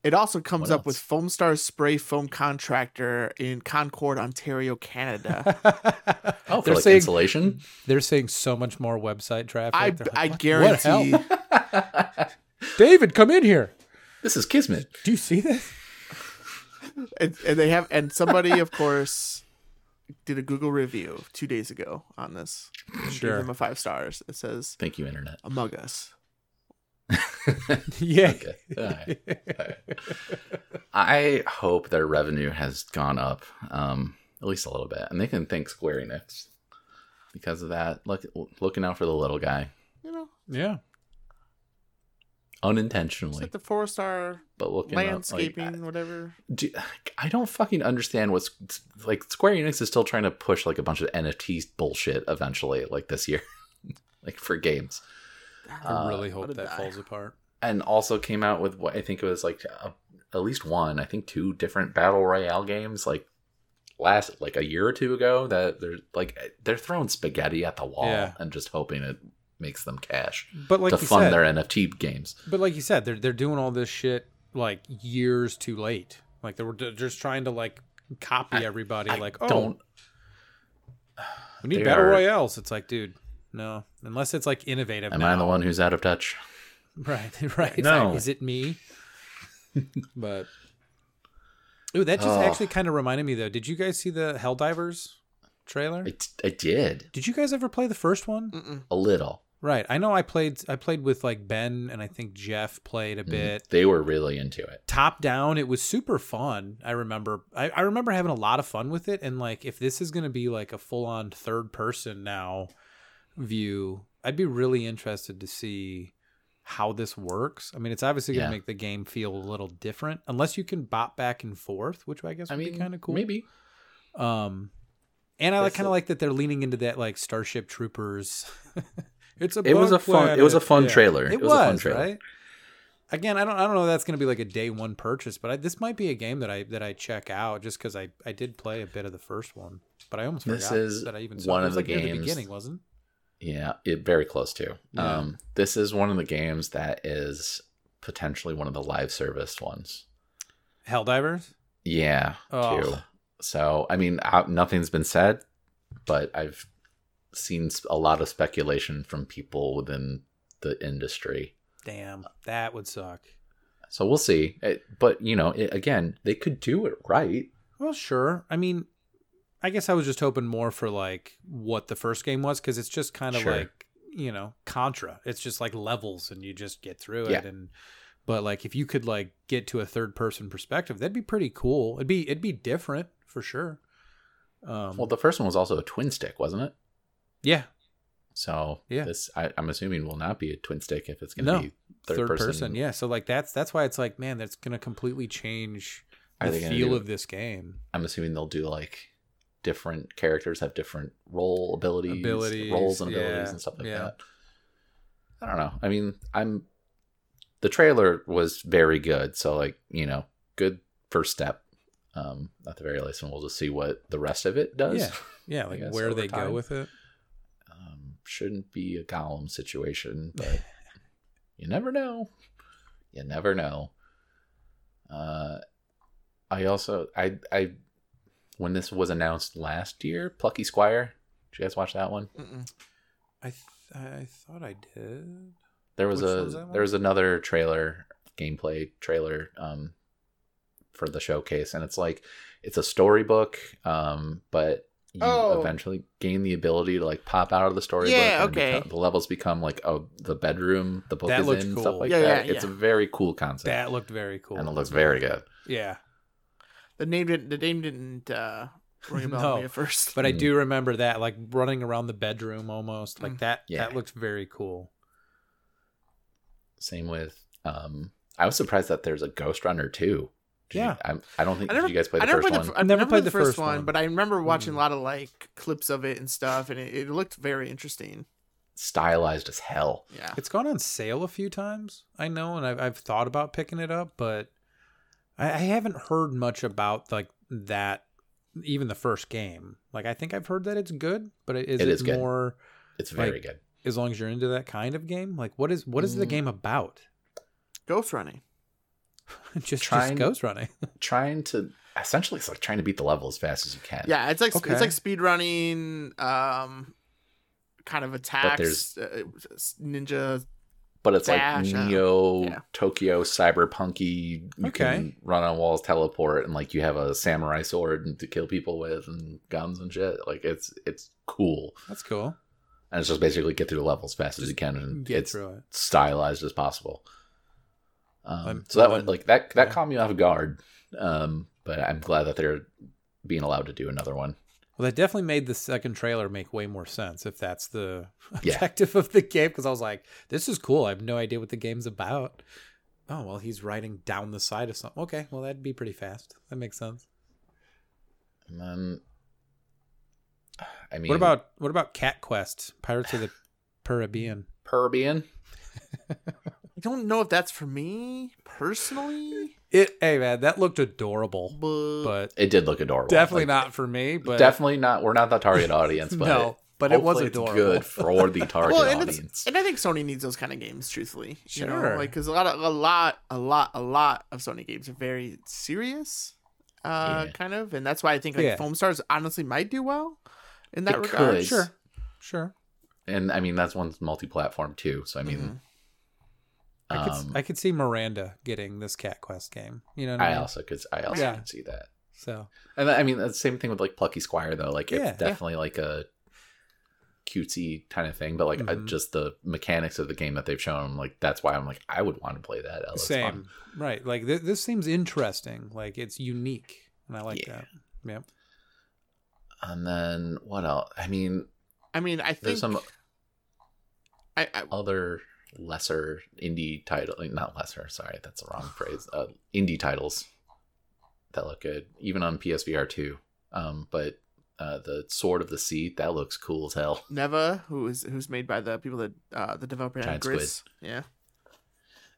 it also comes What up with else? foam stars spray foam contractor in Concord, Ontario, Canada. Oh, for they're like saying insulation. they're saying so much more website traffic. I They're like, I "What- guarantee. What hell? David, come in here. This is kismet. Do you see this? and, and they have and somebody of course did a google review two days ago on this Sure. gave them a five stars it says Thank you, internet. among us yeah. Okay. All right. All right. I hope their revenue has gone up, um, at least a little bit, and they can thank Square Enix because of that. Look, looking out for the little guy you know Yeah. it's unintentionally, like the four star but looking out, like, landscaping whatever do, I don't fucking understand what's like Square Enix is still trying to push like a bunch of NFTs bullshit eventually, like this year, like for games. I Uh, really hope what did that I- falls apart. And also came out with what I think it was like uh, at least one, I think two different battle royale games like last like a year or two ago that they're like they're throwing spaghetti at the wall Yeah. and just hoping it makes them cash But like to you fund said, their NFT games. But like you said, they're they're doing all this shit like years too late. Like they were they're just trying to like copy everybody. I like oh, don't we need they battle are- royales. It's like, dude, no. Unless it's like innovative. am now. I the one who's out of touch? Right, right. No. Is it me? but ooh, that just Oh. actually kind of reminded me though. Did you guys see the Helldivers trailer? I, I did Did you guys ever play the first one? Mm-mm. a little. Right. I know I played I played with like Ben and I think Jeff played a Mm-hmm. bit. They were really into it. top down it was super fun i remember I, I remember having a lot of fun with it and like if this is going to be like a full-on third person now view i'd be really interested to see how this works i mean it's obviously going Yeah. to make the game feel a little different unless you can bop back and forth which i guess would be kind of cool Maybe. um and i That's kind it. of like that they're leaning into that like starship troopers it's a It was bug a fun. It was a planet. fun Yeah. trailer. It, It, was, a fun trailer. right. Again, I don't, I don't know. if That's going to be like a day one purchase, but I, this might be a game that I that I check out just because I, I did play a bit of the first one, but I almost This forgot is that I even one it of was the like near games- the beginning, wasn't? Yeah, it very close to. Yeah. Um, this is one of the games that is potentially one of the live service ones. it? Helldivers. Yeah, Oh. too. So I mean, uh, nothing's been said, but I've seen s- a lot of speculation from people within the industry. Damn, that would suck. So we'll see. It, but you know, it, again, they could do it right. Well, sure. I mean, I guess I was just hoping more for like what the first game was because it's just kind of Sure. like you know Contra. It's just like levels and you just get through it. Yeah. And but like if you could like get to a third person perspective, that'd be pretty cool. It'd be it'd be different for sure. Um, Well, the first one was also a twin stick, wasn't it? yeah, So Yeah. this I, I'm assuming will not be a twin stick if it's going to No. be third, third, person. person. Yeah, so like that's that's why it's like man, that's gonna completely change Are the they gonna feel do- of this game. I'm assuming they'll do like different characters have different role abilities, Abilities, roles and abilities yeah, and stuff like yeah. that. I don't know. I mean, I'm the trailer was very good, so like, you know, good first step. Um, at the very least, and we'll just see what the rest of it does. Yeah. Yeah, like guess where over they go time. with it. Um, shouldn't be a Gollum situation, but you never know. You never know. Uh, I also I I when this was announced last year, Plucky Squire. Did you guys watch that one? Mm-mm. I th- I thought I did. There was Which a one's that one? there was another trailer gameplay trailer um for the showcase, and it's like it's a storybook, um, but you Oh. eventually gain the ability to like pop out of the storybook. Yeah, and okay. become- the levels become like oh, the bedroom the book That is looked in cool. stuff like Yeah, that. yeah, It's a yeah. very cool concept, That looked very cool. and it looks very good. Yeah. The name didn't. The name didn't uh, ring a bell to No. me at first. But I Mm. do remember that, like running around the bedroom almost. Like Mm. that Yeah. that looked very cool. Same with um, I was surprised that there's a Ghost Runner too. Yeah. I, I don't think I never- did you guys play I the never first played one. the, I Never never played played the first one, but I remember watching Mm. a lot of like clips of it and stuff, and it, it looked very interesting. Stylized as hell. Yeah, It's gone on sale a few times, I know, and I've I've thought about picking it up, but I, I haven't heard much about like that even the first game. Like I think I've heard that it's good, but is It it, is good. more It's very Like, good. as long as you're into that kind of game? Like what is what is the Mm. game about? ghost running. just, Trying- just ghost running. trying to essentially it's like trying to beat the level as fast as you can. Yeah, it's like Okay. it's like speed running, um, kind of attacks, uh, ninja. But it's Dash, uh, like Neo yeah. Tokyo cyberpunky. You can Okay. run on walls, teleport, and like you have a samurai sword and to kill people with and guns and shit. Like it's it's cool. That's cool. And it's just basically get through the level as fast as you can and Get it's through it. stylized as possible. Um, I'm- so that one I'm- like that that yeah. caught me off guard. Um, but I'm glad that they're being allowed to do another one. Well, that definitely made the second trailer make way more sense if that's the Yeah. objective of the game. Because I was like, this is cool. I have no idea what the game's about. Oh, well, he's riding down the side of something. Okay, well, that'd be pretty fast. That makes sense. And then I mean What about what about Cat Quest, Pirates of the Caribbean? Perbian? I don't know if that's for me personally, It, hey man, that looked adorable, but, but It did look adorable. definitely Like, not for me. But definitely not. We're not the target audience, but no, but it was hopefully adorable. good for the target well, and audience. it's and I think Sony needs those kind of games, truthfully. You know, Sure. like because a lot of a lot a lot a lot of Sony games are very serious, uh, Yeah. kind of, and that's why I think like Yeah. Foam Stars honestly might do well in that It regard. could. Sure, sure. and I mean, that's one's multi-platform too. So I mean, Mhm. Mm-hmm. I could um, I could see Miranda getting this Cat Quest game. You know, what I, I mean? also could. I also Yeah. could see that. so And I mean, that's the same thing with like Plucky Squire though. Like Yeah, yeah. it's definitely like a cutesy kind of thing, but like I, Mhm. just the mechanics of the game that they've shown. Like that's why I'm like, I would want to play that. That looks same fun. right like th- this seems interesting like it's unique and i like Yeah. that yeah And then what else? I mean, I mean, I think There's some- I, I other lesser indie title not lesser sorry that's the wrong phrase uh, indie titles that look good even on psvr 2 um but uh the sword of the sea that looks cool as hell Neva, who is who's made by the people that uh, the developer Giant had Squid. Gris. Yeah.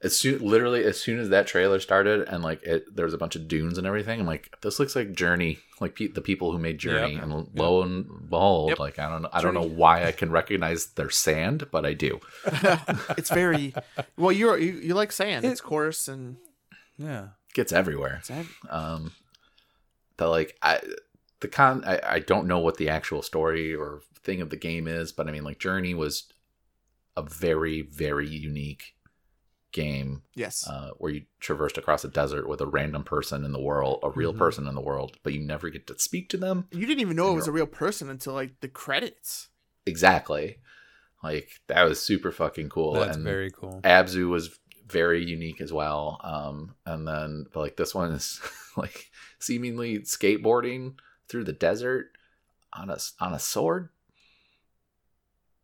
as soon literally as soon as that trailer started and like it there was a bunch of dunes and everything i'm like this looks like journey like pe- the people who made journey Yep. and lo and behold Yep. like i don't know i don't know Journey. why i can recognize their sand but i do it's very well. You're you, you like sand. It- it's coarse and yeah gets everywhere it's heavy. um but like i the con I, I don't know what the actual story or thing of the game is but i mean like journey was a very very unique game yes. uh, where you traversed across a desert with a random person in the world a real Mhm. person in the world but you never get to speak to them you didn't even know it was a real person until like the credits. exactly like that was super fucking cool that's and very cool abzu was very unique as well um and then but like this one is like seemingly skateboarding through the desert on a on a sword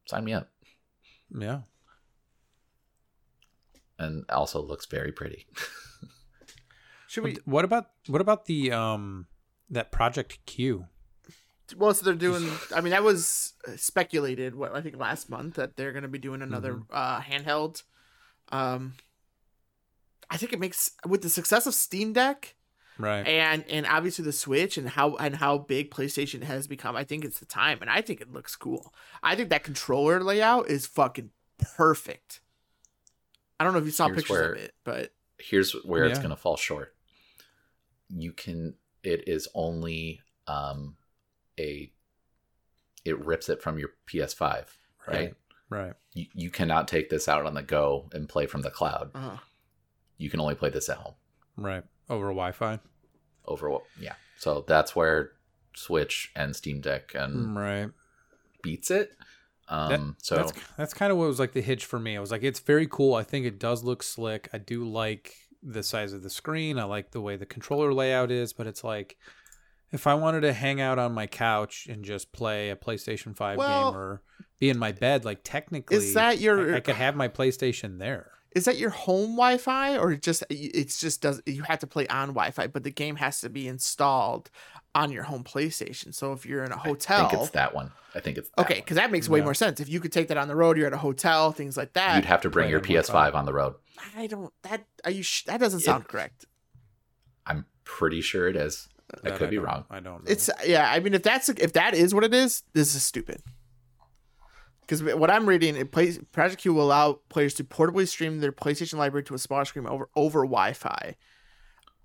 sign me up yeah and also looks very pretty Should we? what about what about the um that project q well, so they're doing. I mean, that was uh, speculated. What I think last month that they're going to be doing another uh, handheld. Um, I think it makes with the success of Steam Deck Right. and and obviously the Switch and how and how big PlayStation has become. I think it's the time, and I think it looks cool. I think that controller layout is fucking perfect. I don't know if you saw Here's pictures where- of it, but here's where it's Yeah. going to fall short. You can it is only um a it rips it from your PS5, right? Right. Right. You, you cannot take this out on the go and play from the cloud. uh, You can only play this at home Right. Over Wi-Fi. over yeah. So that's where Switch and Steam Deck and Right. beats it. Um so Hmm. that's that's kind of what was like the hitch for me. I was like, it's very cool. I think it does look slick. I do like the size of the screen. I like the way the controller layout is, but it's like if I wanted to hang out on my couch and just play a PlayStation Five Well- game or be in my bed, like technically, is that your I, I could have my PlayStation there. is that your home Wi-Fi or just it's just does you have to play on Wi-Fi, but the game has to be installed on your home PlayStation. So if you're in a I think hotel, it's that one. I think it's that okay, one. because that makes way Yeah. more sense. If you could take that on the road, you're at a hotel, things like that. You'd have to bring Play your it on my phone. PS5 on the road. I don't that are you sh- that doesn't It- sound correct. I'm pretty sure it is. I That could be don't- wrong. I don't. Know. It's yeah. I mean, if that's if that is what it is, this is stupid. Because what I'm reading, it plays Project Q will allow players to portably stream their PlayStation library to a small screen over over Wi-Fi.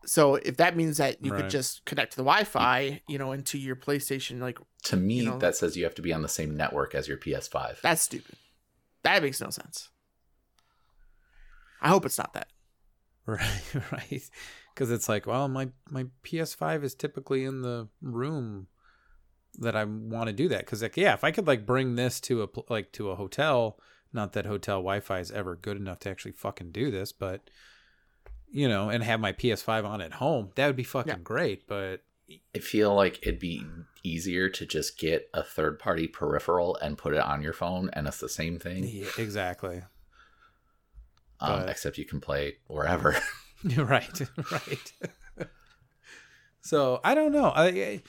So if that means that you Right. could just connect to the Wi-Fi, you know, into your PlayStation, like To me, You know? that says you have to be on the same network as your PS5. that's stupid. That makes no sense. I hope it's not that. Right, right. Because it's like, well, my my PS5 is typically in the room that I want to do that. Because like, yeah, if I could like bring this to a pl- like to a hotel, not that hotel Wi-Fi is ever good enough to actually fucking do this, but you know, and have my PS5 on at home, that would be fucking Yeah. great. But I feel like it'd be easier to just get a third party peripheral and put it on your phone, and it's the same thing, yeah, exactly. um, but- except you can play wherever. right, right. so I don't know. I, I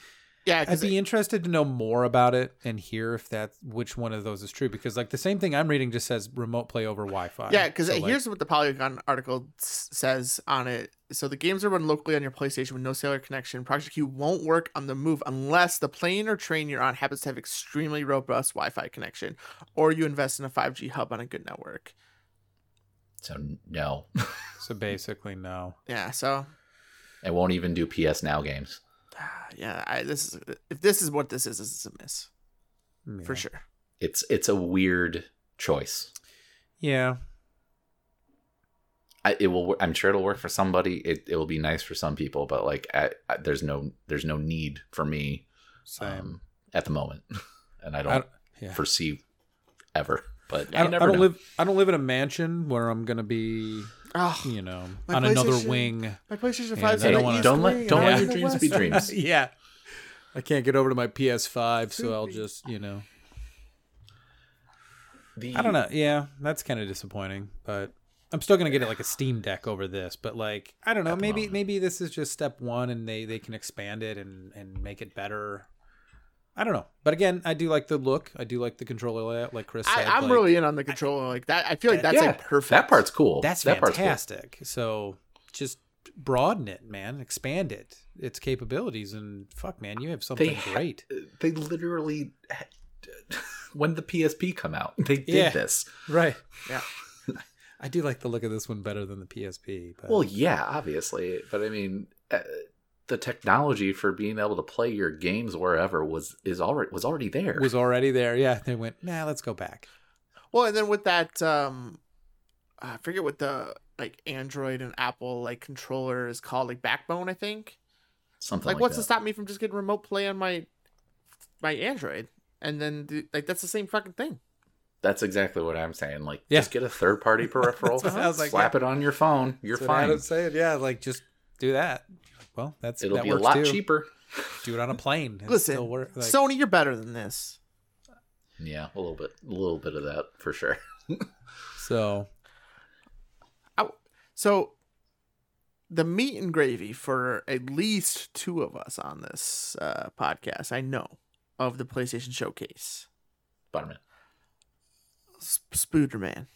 Yeah, I'd because be interested to know more about it and hear if that which one of those is true because like the same thing I'm reading just says remote play over Wi-Fi. Yeah, because So, like, here's what the Polygon article s- says on it. So the games are run locally on your PlayStation with no cellular connection. Project Q won't work on the move unless the plane or train you're on happens to have extremely robust Wi-Fi connection, or you invest in a 5G hub on a good network. so no, so basically no. Yeah. So it won't even do PS Now games. yeah, I, this is if this is what this is, this is a miss Yeah. for sure. It's it's a weird choice. Yeah. I, it will. I'm sure it'll work for somebody. It it will be nice for some people, but like I, I, there's no there's no need for me Same. um, at the moment, and I don't, I don't- yeah. foresee ever. But I you don't, I never don't know. live I don't live in a mansion where I'm going to be, Oh, you know, My on another PlayStation. wing. my PlayStation Yeah, Five. I don't Hey, wanna- don't let don't I'm let on your dreams be dreams. yeah. I can't get over to my PS5, so I'll Creepy. just, you know. The- I don't know. Yeah, that's kind of disappointing, but I'm still gonna get it like a Steam Deck over this. But like, I don't know. At the Maybe moment. maybe this is just step one, and they they can expand it and and make it better. I don't know. But again, I do like the look. I do like the controller layout, like Chris I, said. I'm like, really in on the controller like that. I feel like that's yeah, like perfect. That part's cool. that's that part's cool. fantastic. So just broaden it, man. Expand it, its capabilities, and fuck, man, you have something ha- great. they literally when the PSP come out, they did Yeah. this. Right. Yeah. I do like the look of this one better than the PSP. But Well, yeah, obviously, but I mean, uh, the technology for being able to play your games wherever was is already was already there. was already there. Yeah, they went. Nah, let's go back. Well, and then with that, um, I forget what the like Android and Apple like controller is called, like Backbone, I think. Something Like, like, what's to that. stop me from just getting remote play on my my Android? And then do- like that's the same fucking thing. That's exactly what I'm saying. Like, Yeah. just get a third party peripheral, That's what I was like, slap yeah. it on your phone. You're That's what fine. Adam's saying, yeah, like just do that. Well, that's It'll that be a works lot too. cheaper. Do it on a plane. It'll Listen, still work, like- Sony, you're better than this. Yeah, a little bit, a little bit of that for sure. so So the meat and gravy for at least two of us on this uh, podcast, I know, of the PlayStation Showcase. Spider-Man. Sp- Spooderman.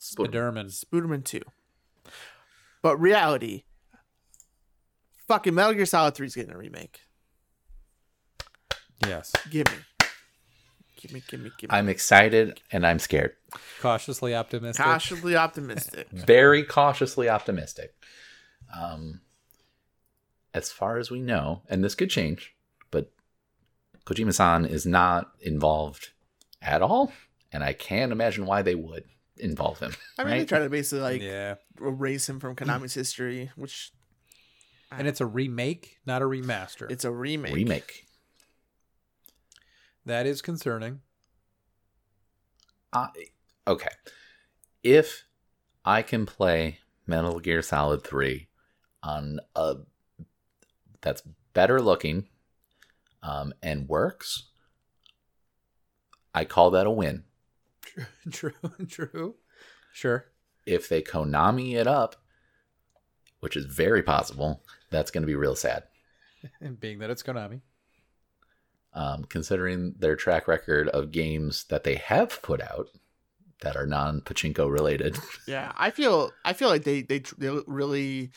Spiderman. Spooderman 2. But reality, fucking Metal Gear Solid 3 is getting a remake. Yes. Give me. Give me, give me, give me. I'm excited and I'm scared. Cautiously optimistic. cautiously optimistic. Very cautiously optimistic. Um, as far as we know, and this could change, but Kojima-san is not involved at all, and I can't imagine why they would involve him. I mean, they right? try to basically like yeah. erase him from Konami's history, which And it's a remake, not a remaster. it's a remake. remake. that is concerning. I, okay. If I can play Metal Gear Solid 3 on a that's better looking um, and works, I call that a win. True. True. Sure. If they Konami it up, which is very possible, that's going to be real sad. And being that it's Konami. Um, considering their track record of games that they have put out that are non pachinko related. Yeah, I feel I feel like they they tr- they really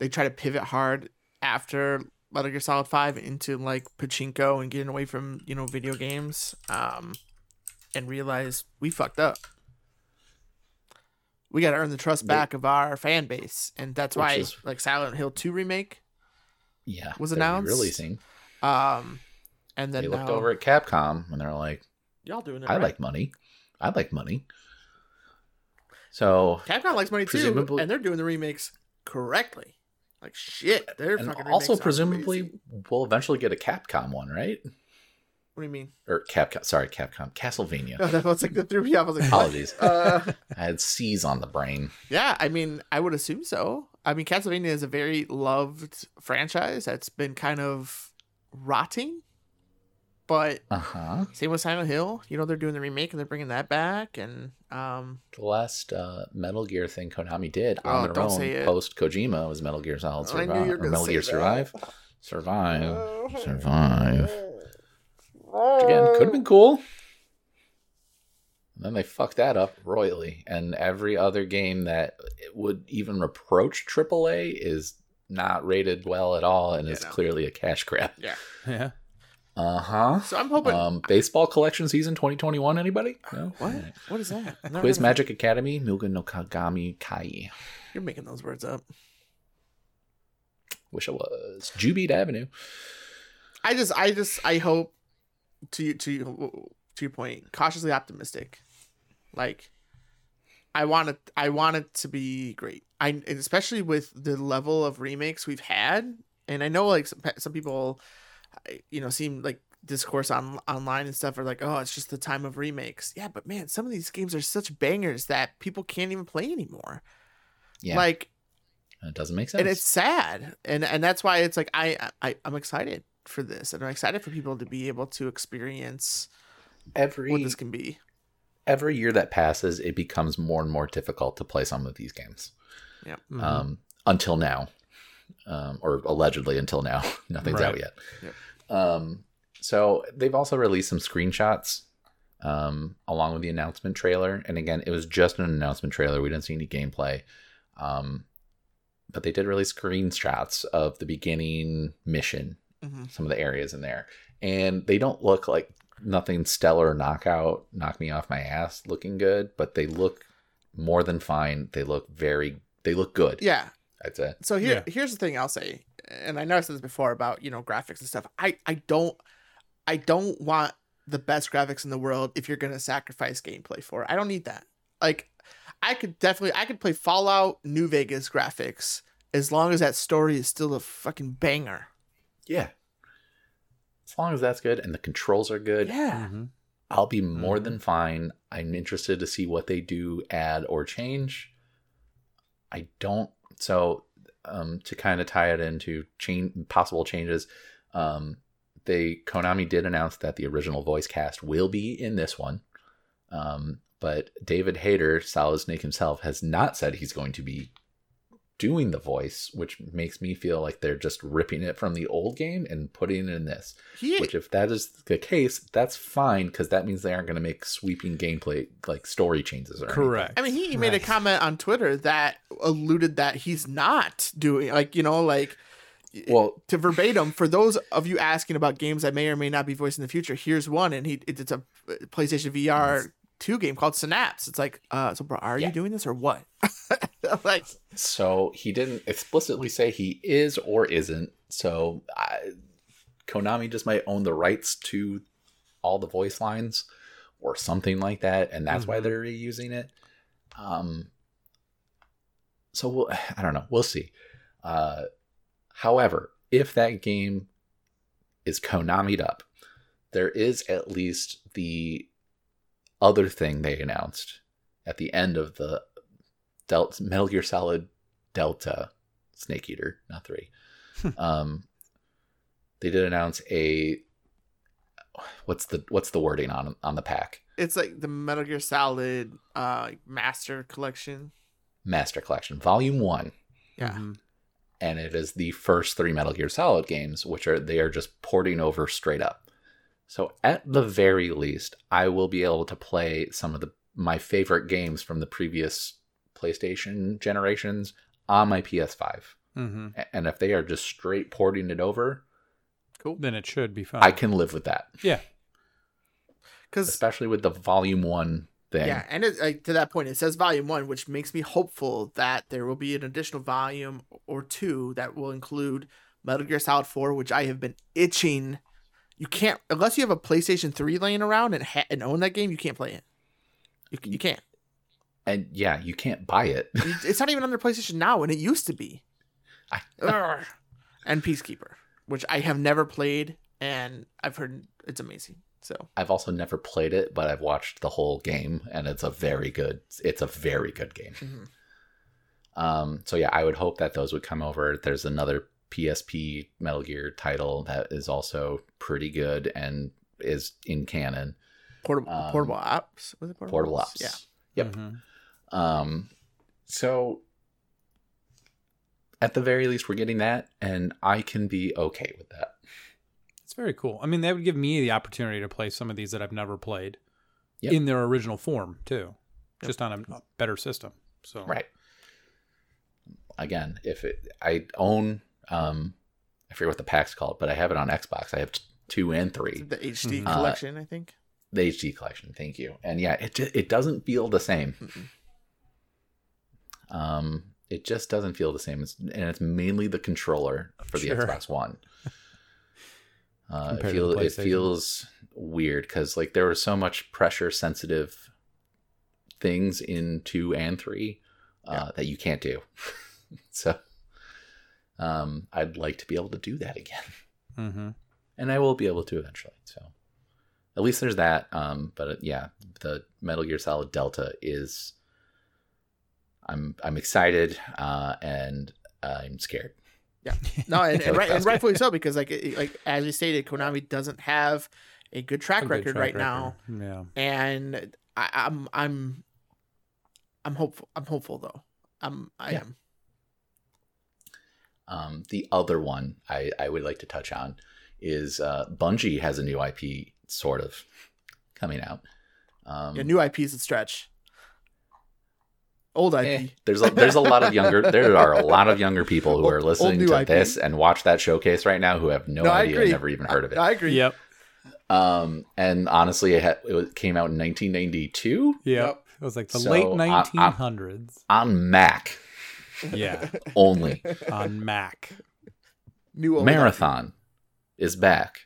they try to pivot hard after Metal Gear Solid Five into like pachinko and getting away from you know video games, um, and realize we fucked up. We got to earn the trust They- back of our fan base, and that's Which why is- like Silent Hill Two remake, yeah. Was they're announced? Releasing. um, and then they looked now- over at Capcom and they're like, y'all doing it. "I right. like money. I like money." So, Capcom likes money too, Presumably- and they're doing the remakes correctly. Like shit, they're and fucking remakes also are presumably, amazing. we'll eventually get a Capcom one, right? what do you mean? Or Capcom? Sorry, Capcom. Castlevania. No, that was like that threw me off. I was like, what? Apologies. uh, I had C's on the brain. yeah, I mean, I would assume so. I mean, Castlevania is a very loved franchise that's been kind of rotting, but Uh huh. same with Silent Hill. You know, they're doing the remake and they're bringing that back, and um, The last uh, Metal Gear thing Konami did Oh, on their don't say own it. post Kojima was Metal Gear Solid I Survive. knew you were or gonna Metal say Gear that. Uh, Survive. Survive. Survive. Survive. Which again, Um, could have been cool. And then they fucked that up royally. And every other game that would even approach AAA is not rated well at all and is Yeah, no. clearly a cash grab. Yeah. Uh huh. So I'm hoping. Um, baseball collection season 2021, anybody? No? Uh, what? All right. What is that? I've never heard Quiz of Magic Academy, Mugen no Kagami Kai. that. You're making those words up. Wish I was. Jubeat Avenue. I just, I just, I hope to you, to you, to your point, cautiously optimistic. Like, I want it, I want it to be great. I, and especially with the level of remakes we've had, and I know like some, pe- some people, I- you know, seem like discourse on online and stuff are like, oh, it's just the time of remakes. Yeah, but man, some of these games are such bangers that people can't even play anymore. Yeah. Like, Uh, it doesn't make sense. and it's sad and and that's why it's like I, I i'm excited for this and i'm excited for people to be able to experience every what this can be every year that passes, it becomes more and more difficult to play some of these games. Mhm. Mm-hmm. um, until now, um, or allegedly until now. Nothing's out Right. yet. Yep. Um, so they've also released some screenshots um, along with the announcement trailer. And again, it was just an announcement trailer. We didn't see any gameplay. Um, but they did release screenshots of the beginning mission, hmm some of the areas in there. And they don't look like nothing stellar knockout, knock me off my ass looking good, but they look more than fine. They look very, they look good. yeah That's it. so here here's the thing i'll say and i know i said this before about you know graphics and stuff i i don't i don't want the best graphics in the world if you're gonna sacrifice gameplay for it. i don't need that like i could definitely i could play fallout new vegas graphics as long as that story is still a fucking banger Yeah. As long as that's good and the controls are good, yeah Mhm. I'll be more than fine. I'm interested to see what they do, add or change. I don't. So, um, to kind of tie it into change possible changes, um, they Konami did announce that the original voice cast will be in this one. Um, but David Hayter, Solid Snake himself, has not said he's going to be doing the voice, which makes me feel like they're just ripping it from the old game and putting it in this. He, Which, if that is the case, that's fine because that means they aren't going to make sweeping gameplay like story changes. Or anything. Correct. I mean, he made a Right. comment on Twitter that alluded that he's not doing like you know like Well, to verbatim for those of you asking about games that may or may not be voiced in the future. Here's one, and he it's a PlayStation VR two game called Synapse. It's like, uh, so bro, are Yeah. you doing this or what? like, so he didn't explicitly say he is or isn't. So I, Konami just might own the rights to all the voice lines or something like that, and that's why Mhm. they're reusing it. Um, so we'll, I don't know, we'll see. Uh, however, if that game is Konami'd up, there is at least the other thing they announced at the end of the Del- Metal Gear Solid Delta Snake Eater, not three. um, they did announce a what's the what's the wording on on the pack it's like the Metal Gear Solid uh Master Collection. Master Collection Volume One, Yeah. Mhm. and it is the first three Metal Gear Solid games, which are they are just porting over straight up. So at the very least, I will be able to play some of the my favorite games from the previous PlayStation generations on my PS5. Mhm. A- And if they are just straight porting it over, Cool. Then it should be fine. I can live with that, Yeah. Because especially with the Volume One thing. yeah, and it, like, to that point, it says volume one, which makes me hopeful that there will be an additional volume or two that will include Metal Gear Solid Four, which I have been itching. You can't unless you have a PlayStation Three laying around and ha- and own that game. You can't play it. You, c- you can't. And yeah, you can't buy it. You- It's not even under PlayStation now, and it used to be. I- Ugh. And Peacekeeper, which I have never played, and I've heard it's amazing. So I've also never played it, but I've watched the whole game, and it's a very good. It's a very good game. mhm. Um, so yeah, I would hope that those would come over. There's another PSP Metal Gear title that is also pretty good and is in canon. portable Um, portable ops was it portable, Portable ops? Ops. Yeah. Yep. Mhm. Um, so at the very least, we're getting that, and I can be okay with that. It's very cool. I mean, that would give me the opportunity to play some of these that I've never played Yep. in their original form too, Yep. just on a better system. So Right. Again, if it, I own, um, I forget what the pack's called, but I have it on Xbox. I have t- two and three. the HD Mhm. Uh, collection, I think. the HD collection. Thank you. And yeah, it just, it doesn't feel the same. Mm-mm. Um, it just doesn't feel the same. It's, and it's mainly the controller for the Sure. Xbox One. Uh, it, Compared to the feel, it PlayStation. feels weird because like there was so much pressure sensitive things in two and three uh, that you can't do. so um, I'd like to be able to do that again hmm and I will be able to eventually. So at least there's that. Um, but uh, yeah, the Metal Gear Solid Delta is. I'm I'm excited uh, and I'm scared. No, and, Kelly and, right, and Prescott. rightfully so because like it- like as you stated, Konami doesn't have a good track A good record track right now, record. Yeah. and I, I'm I'm I'm hopeful. I'm hopeful though. I'm I Yeah. am. Um, the other one I, I would like to touch on is uh, Bungie has a new IP sort of coming out. Um, Yeah, new IPs that stretch. Old IP. eh, there's a, there's a lot of younger there are a lot of younger people who Old- are old listening new to IP. this and watch that showcase right now who have no, No, I idea agree. never even heard of it. I agree. Yep. Um, and honestly, it, ha- it was- came out in 1992 Yep. It was like the So, late I- I'm- 1900s. on Mac yeah. only. On Mac. New old Marathon is back.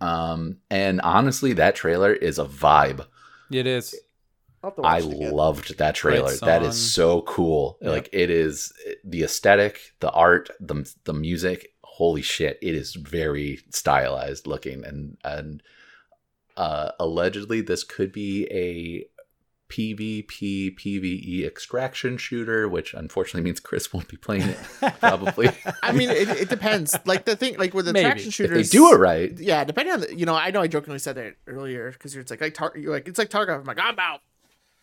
Um, and honestly, that trailer is a vibe. It is. IP. I'll have to watch I it again. loved that trailer. Great That is song. so cool. Yep. Like it is the aesthetic, the art, the the music. Holy shit! It is very stylized looking, and and uh, allegedly this could be a PvP PvE E extraction shooter, which unfortunately means Chris won't be playing it. Probably I mean, it, it depends. Like the thing, like with the Maybe. traction if they shooters, do it right. Yeah, depending on the, you know, I know I jokingly said that earlier because you're it's like like tar- you're like it's like Tarkov. I'm like I'm out.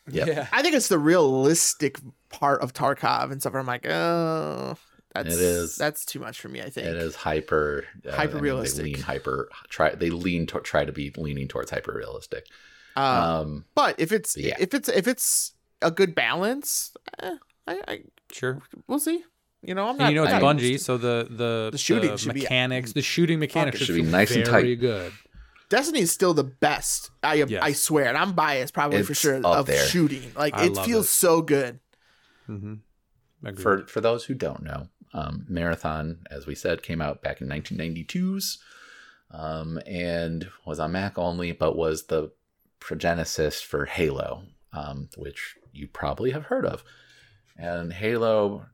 Yep. Yeah. I think it's the realistic part of Tarkov and stuff. where I'm like, oh, that's It is. that's too much for me. I think It is hyper uh, I mean, Hyper-realistic. They lean hyper try they lean to, try to be leaning towards hyper realistic. Um, um, but if it's yeah. if it's if it's a good balance, eh, I, I Sure. we'll see. You know, I'm And not. you know it's I'm not- Bungie, so the the, The shooting should be- mechanics, the shooting mechanics should should be be nice and very tight. good. Destiny is still the best. I Yes. I swear, and I'm biased probably for It's sure up of there. shooting. Like I it love feels it. so good. hmm for for those who don't know, um, Marathon, as we said, came out back in 1992's, um, and was on Mac only, but was the progenesis for Halo, um, which you probably have heard of. And Halo,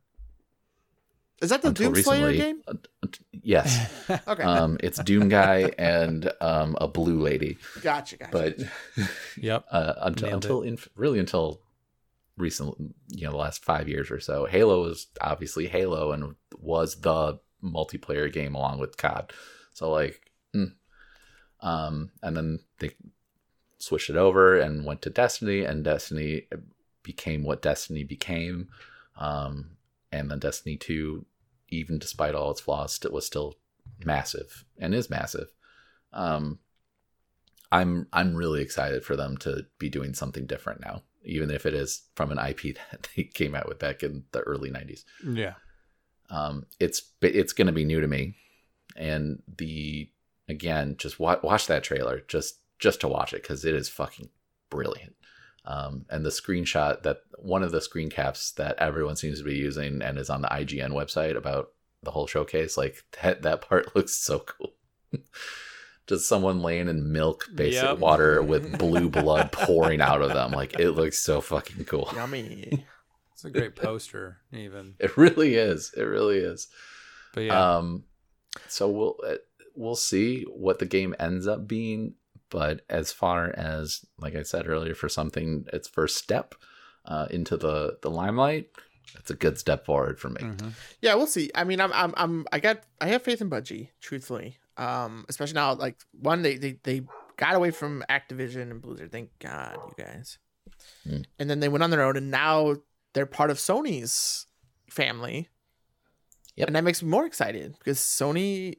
Is that the until Doomslayer recently, game? uh, uh, yes, Okay, um, it's Doom Guy and um, a Blue Lady, gotcha, gotcha. but yep. uh, until Nailed until in, really until recent you know the last five years or so halo was obviously halo and was the multiplayer game along with cod so like mm. um and then they switched it over and went to destiny and destiny became what destiny became um and then destiny 2 even despite all its flaws it was still massive and is massive um I'm I'm really excited for them to be doing something different now, even if it is from an IP that they came out with back in the early '90s. Yeah. Um, it's it's going to be new to me, and the again, just wa- watch that trailer just just to watch it because it is fucking brilliant. Um, and the screenshot that one of the screen caps that everyone seems to be using and is on the IGN website about the whole showcase, like that that part looks so cool. just someone laying in milk basic Yep. water with blue blood pouring out of them. Like it looks so fucking cool. Yummy. It's a great poster, even. It really is. It really is. But yeah, Um, so we'll uh, we'll see what the game ends up being. But as far as like I said earlier, for something its first step uh, into the the limelight, it's a good step forward for Mm. me. Mhm. yeah, we'll see. I mean, I'm I'm I'm I got I have faith in Bungie, truthfully. Um, especially now, like one they they they got away from Activision and Blizzard. Thank God, you guys. Mm. And then they went on their own, and now they're part of Sony's family. Yep. And that makes me more excited because Sony,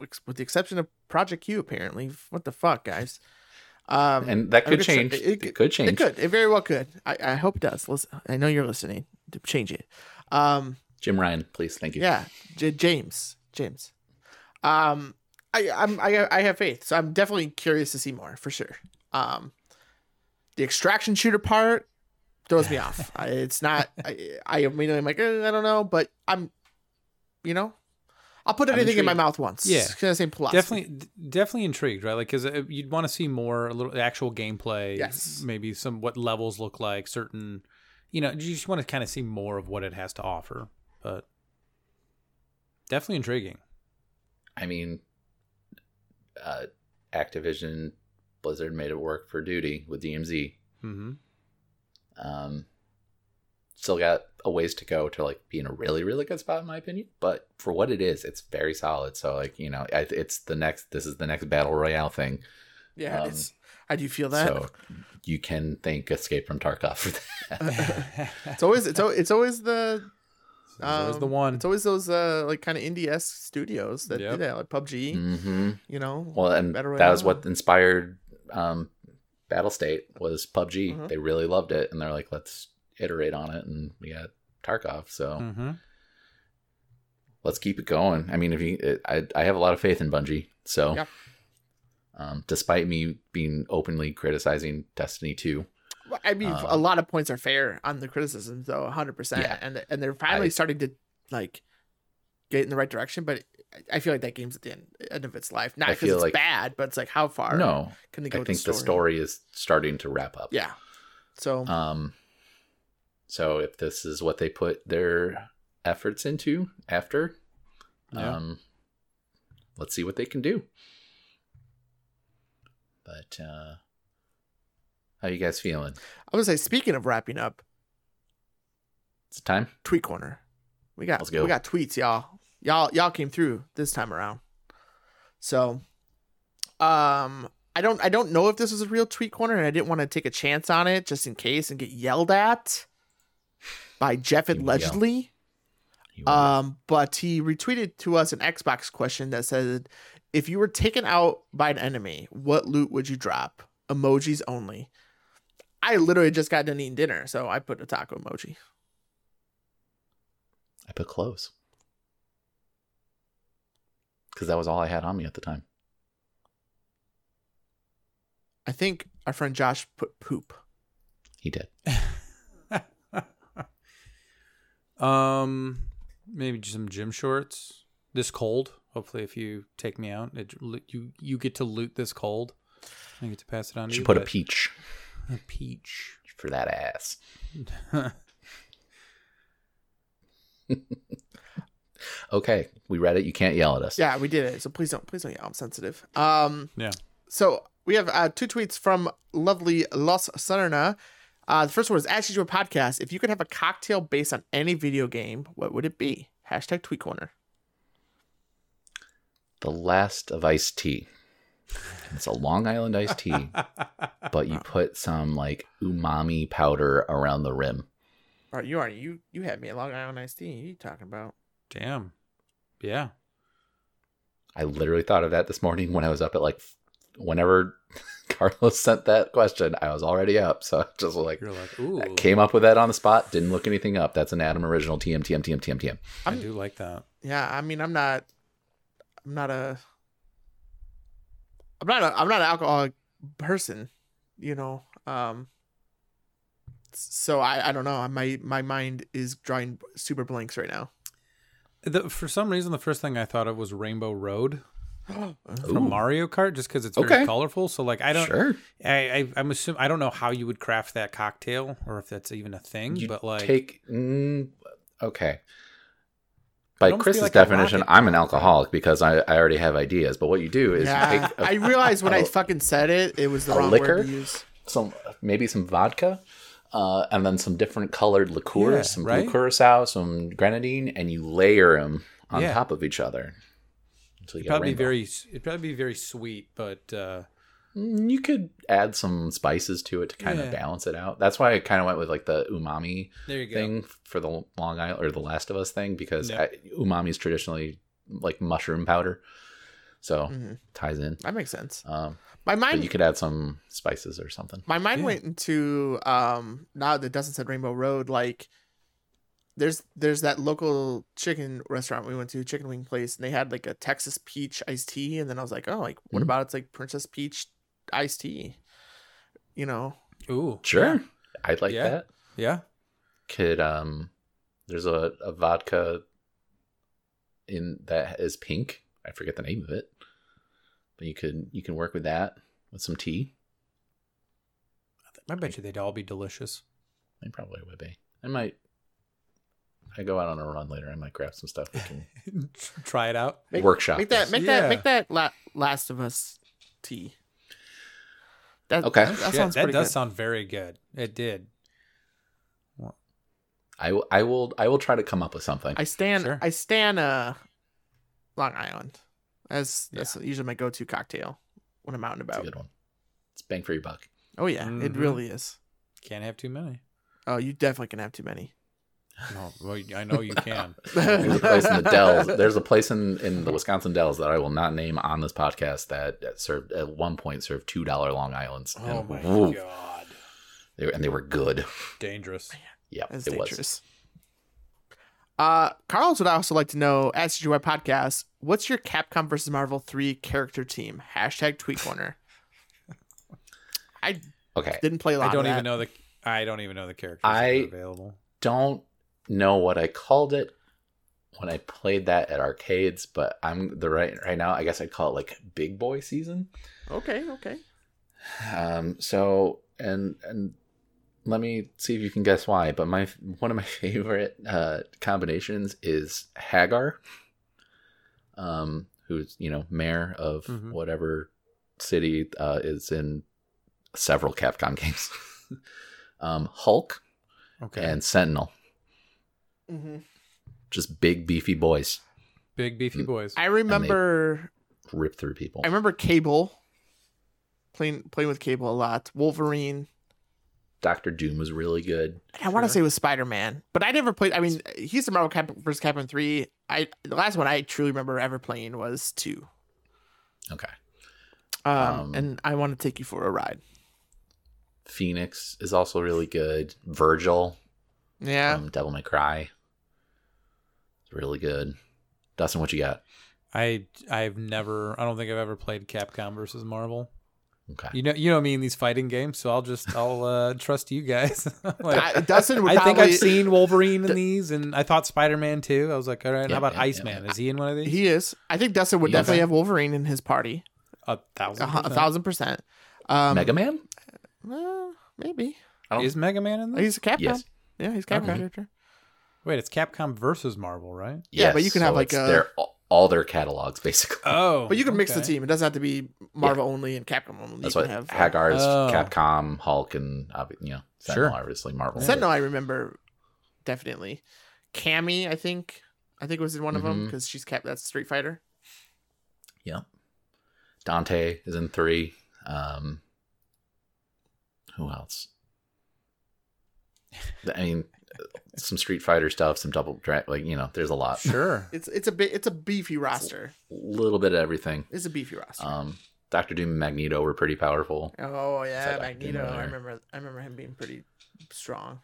ex- with the exception of Project Q, apparently, what the fuck, guys. Um, And that I could guess it- change. it- It, could change. it could. It very well could. I, I hope it does. Listen, I know you're listening. Change it. Um, Jim Ryan, please, thank you. yeah, J- James, James. Um, I I'm, I I have faith, so I'm definitely curious to see more for sure. Um, the extraction shooter part throws me off. I, it's not. I, I immediately am like, eh, I don't know, but I'm, you know, I'll put I'm anything in my intrigued. mouth once. Yeah. It's kinda the same philosophy. definitely, d- definitely intrigued, right? Like, because you'd want to see more, a little actual gameplay. Yes. Maybe some what levels look like, certain, you know, you just want to kind of see more of what it has to offer. But definitely intriguing. I mean, uh, Activision Blizzard made it work for Duty with DMZ. hmm Um, still got a ways to go to like be in a really really good spot in my opinion, but for what it is, it's very solid. So like you know, I, it's the next. This is the next battle royale thing. Yeah, Um, it's, I do feel that. So you can thank Escape from Tarkov for that. It's always it's al- it's always the There's Um, the one. It's always those uh, like kind of indie esque studios that do Yep. that, like PUBG, hmm you know. Well, and Battle that was Royale. what inspired um, Battle State was PUBG. Mhm. They really loved it, and they're like, let's iterate on it, and we got Tarkov. So. hmm let's keep it going. I mean, if you, I, I have a lot of faith in Bungie. So, Yeah. um, despite me being openly criticizing Destiny Two, Well, I mean, a um, lot of points are fair on the criticisms, though, 100%. Yeah. And and they're finally I- starting to like get in the right direction, but I- I feel like that game's at the end, end of its life. Not I because feel it's like- bad, but it's like how far no, can they go? I with think the story is starting to wrap up. Yeah. So Um. So if this is what they put their efforts into after, Yeah. um, let's see what they can do. But uh, how you guys feeling? I would say, speaking of wrapping up, It's time. tweet corner. We got Let's go. we got tweets, y'all. Y'all y'all came through this time around. So um I I don't I don't know if this was a real tweet corner, and I didn't want to take a chance on it just in case and get yelled at by Jeff You will. allegedly. You will. Um, but he retweeted to us an Xbox question that said, "If you were taken out by an enemy, what loot would you drop? Emojis only." I literally just got done eating dinner, so I put a taco emoji. I put clothes because that was all I had on me at the time. I think our friend Josh put poop. He did. um, maybe just some gym shorts. This cold. Hopefully, if you take me out, it, you you get to loot this cold. I get to pass it on to Should you. put a but- peach a peach. for that ass. Okay, we read it. You can't yell at us. Yeah, we did it. So please don't, please don't yell. I'm sensitive. Um, Yeah. So we have uh, two tweets from lovely Los Serna. Uh, the first one is actually to a podcast. If you could have a cocktail based on any video game, what would it be? Hashtag tweet corner. The last of iced tea. It's a Long Island iced tea, but you put some like umami powder around the rim. All right, you are you you had me at Long Island Iced Tea. What are you talking about? Damn. Yeah. I literally thought of that this morning when I was up at like whenever Carlos sent that question, I was already up. So I just was like You're like, ooh. I came up with that on the spot, didn't look anything up. That's an Adam original TM TM TM TM TM. I do like that. Yeah, I mean, I'm not, I'm not a, I'm not a, I'm not an alcoholic person, you know. Um. So I I don't know. My my mind is drawing super blanks right now. The, for some reason, the first thing I thought of was Rainbow Road Ooh. from Mario Kart, just because it's very Okay. colorful. So like, I don't, sure. I, I, I'm assuming I don't know how you would craft that cocktail or if that's even a thing. You but like, Take mm, okay. It By almost be Chris's like a definition, rocket. I'm an alcoholic because I, I already have ideas. But what you do is you Yeah, take I a, realized when I a- fucking said it, it was the a wrong liquor? word to use. some maybe some vodka, uh, and then some different colored liqueurs, Yeah, some right? blue curacao, some grenadine, and you layer them on Yeah. top of each other. Until you get probably rainbow. very, it'd probably be very sweet, but uh, Mm, You could add some spices to it to kind Yeah. of balance it out. That's why I kind of went with like the umami there you go. thing for the Long Island or the Last of Us thing because Yeah. I- umami is traditionally like mushroom powder, so Mhm. ties in. That makes sense. Um, My but mind you could add some spices or something. My mind Yeah. went into um now that Dustin said Rainbow Road, like there's there's that local chicken restaurant we went to, chicken wing place, and they had like a Texas peach iced tea, and then I was like, Oh, like what Mhm. about it's like Princess Peach iced tea? You know? Ooh. Sure, I'd like Yeah. that. Yeah. could um there's a, a vodka in that is pink i forget the name of it but you could you can work with that with some tea I bet you they'd all be delicious. it probably would be i might if i go out on a run later i might grab some stuff we can Try it out. Make- workshop Make this. that make Yeah. that make that la- Last of Us tea. That, Okay. That, Shit, sounds that pretty does good. sound very good. It did. I, will- I will i will try to come up with something I stand Sure. I stand uh Long Island. That's that's usually my go to cocktail when I'm out and it's a about. good one it's bang for your buck Oh yeah, it Mhm. really is. Can't have too many. Oh, you definitely can have too many. No, well, I know you can. there's a place in the dells there's a place in, in the wisconsin dells that i will not name on this podcast that that served at one point served two dollar long islands oh And- my ooh, god, they were, and they were good dangerous. Yeah, That's it was. dangerous. Uh, Carlos would also like to know at CGY Podcast, what's your Capcom versus Marvel 3 character team? Hashtag tweet corner. I Okay. didn't play a lot I don't of even that. know the. I don't even know the characters I- that are available. Don't know what I called it when I played that at arcades, but I'm the right right now. I guess I'd call it like Big Boy Season. Okay, okay. Um. So and and let me see if you can guess why. But my one of my favorite uh, combinations is Hagar, um, who's you know mayor of Mhm. whatever city uh, is in several Capcom games. um, Hulk Okay, and Sentinel. Mm-hmm. just big beefy boys big beefy boys. Mm. I remember rip through people. I remember Cable playing playing with Cable a lot. Wolverine. Doctor Doom was really good. And I want to Sure. say it was Spider Man, but I never played. I mean, he's the Marvel Cap versus Capcom three. I the last one I truly remember ever playing was two. Okay. Um, Um, and I want to take you for a ride. Phoenix is also really good. Virgil Yeah, from Devil May Cry. It's really good. Dustin, what you got? I I've never I don't think I've ever played Capcom versus Marvel. Okay. You know you know me in these fighting games, so I'll just I'll uh, trust you guys. Like, I, Dustin. Would I think I've probably- seen Wolverine D- in these, and I thought Spider Man too. I was like, all right, Yeah, how about yeah, yeah, Iceman? Is he in one of these? He is. I think Dustin would Yeah. definitely have Wolverine in his party. a A, thousand. hu- Uh-huh, a percent. thousand percent. Um, Mega Man? uh, maybe. I don't- Is Mega Man in this? He's a Capcom. Yes. Yeah, he's a Capcom Okay. character. Wait, it's Capcom versus Marvel, right? Yeah, but you can have, like, it's a- their all, all their catalogs basically. Oh, But you can mix the okay. team. It doesn't have to be Marvel only and Capcom only. That's you what can have uh, Hagar is Oh. Capcom, Hulk, and obvi- you know Sentinel, Sure. obviously Marvel. Sentinel. I remember definitely. Cammy, I think. I think was in one of 'em of them Mhm. because she's Cap. That's Street Fighter. Dante is in three. Um, who else? I mean, some Street Fighter stuff, some Double Dragon. Like you know, there's a lot, a Sure. It's it's a bit. It's a beefy roster. little bit of everything. It's a beefy roster. Um, Doctor Doom and Magneto were pretty powerful. Oh that yeah, Dr. Doom Magneto. I earlier? remember. I remember him being pretty strong.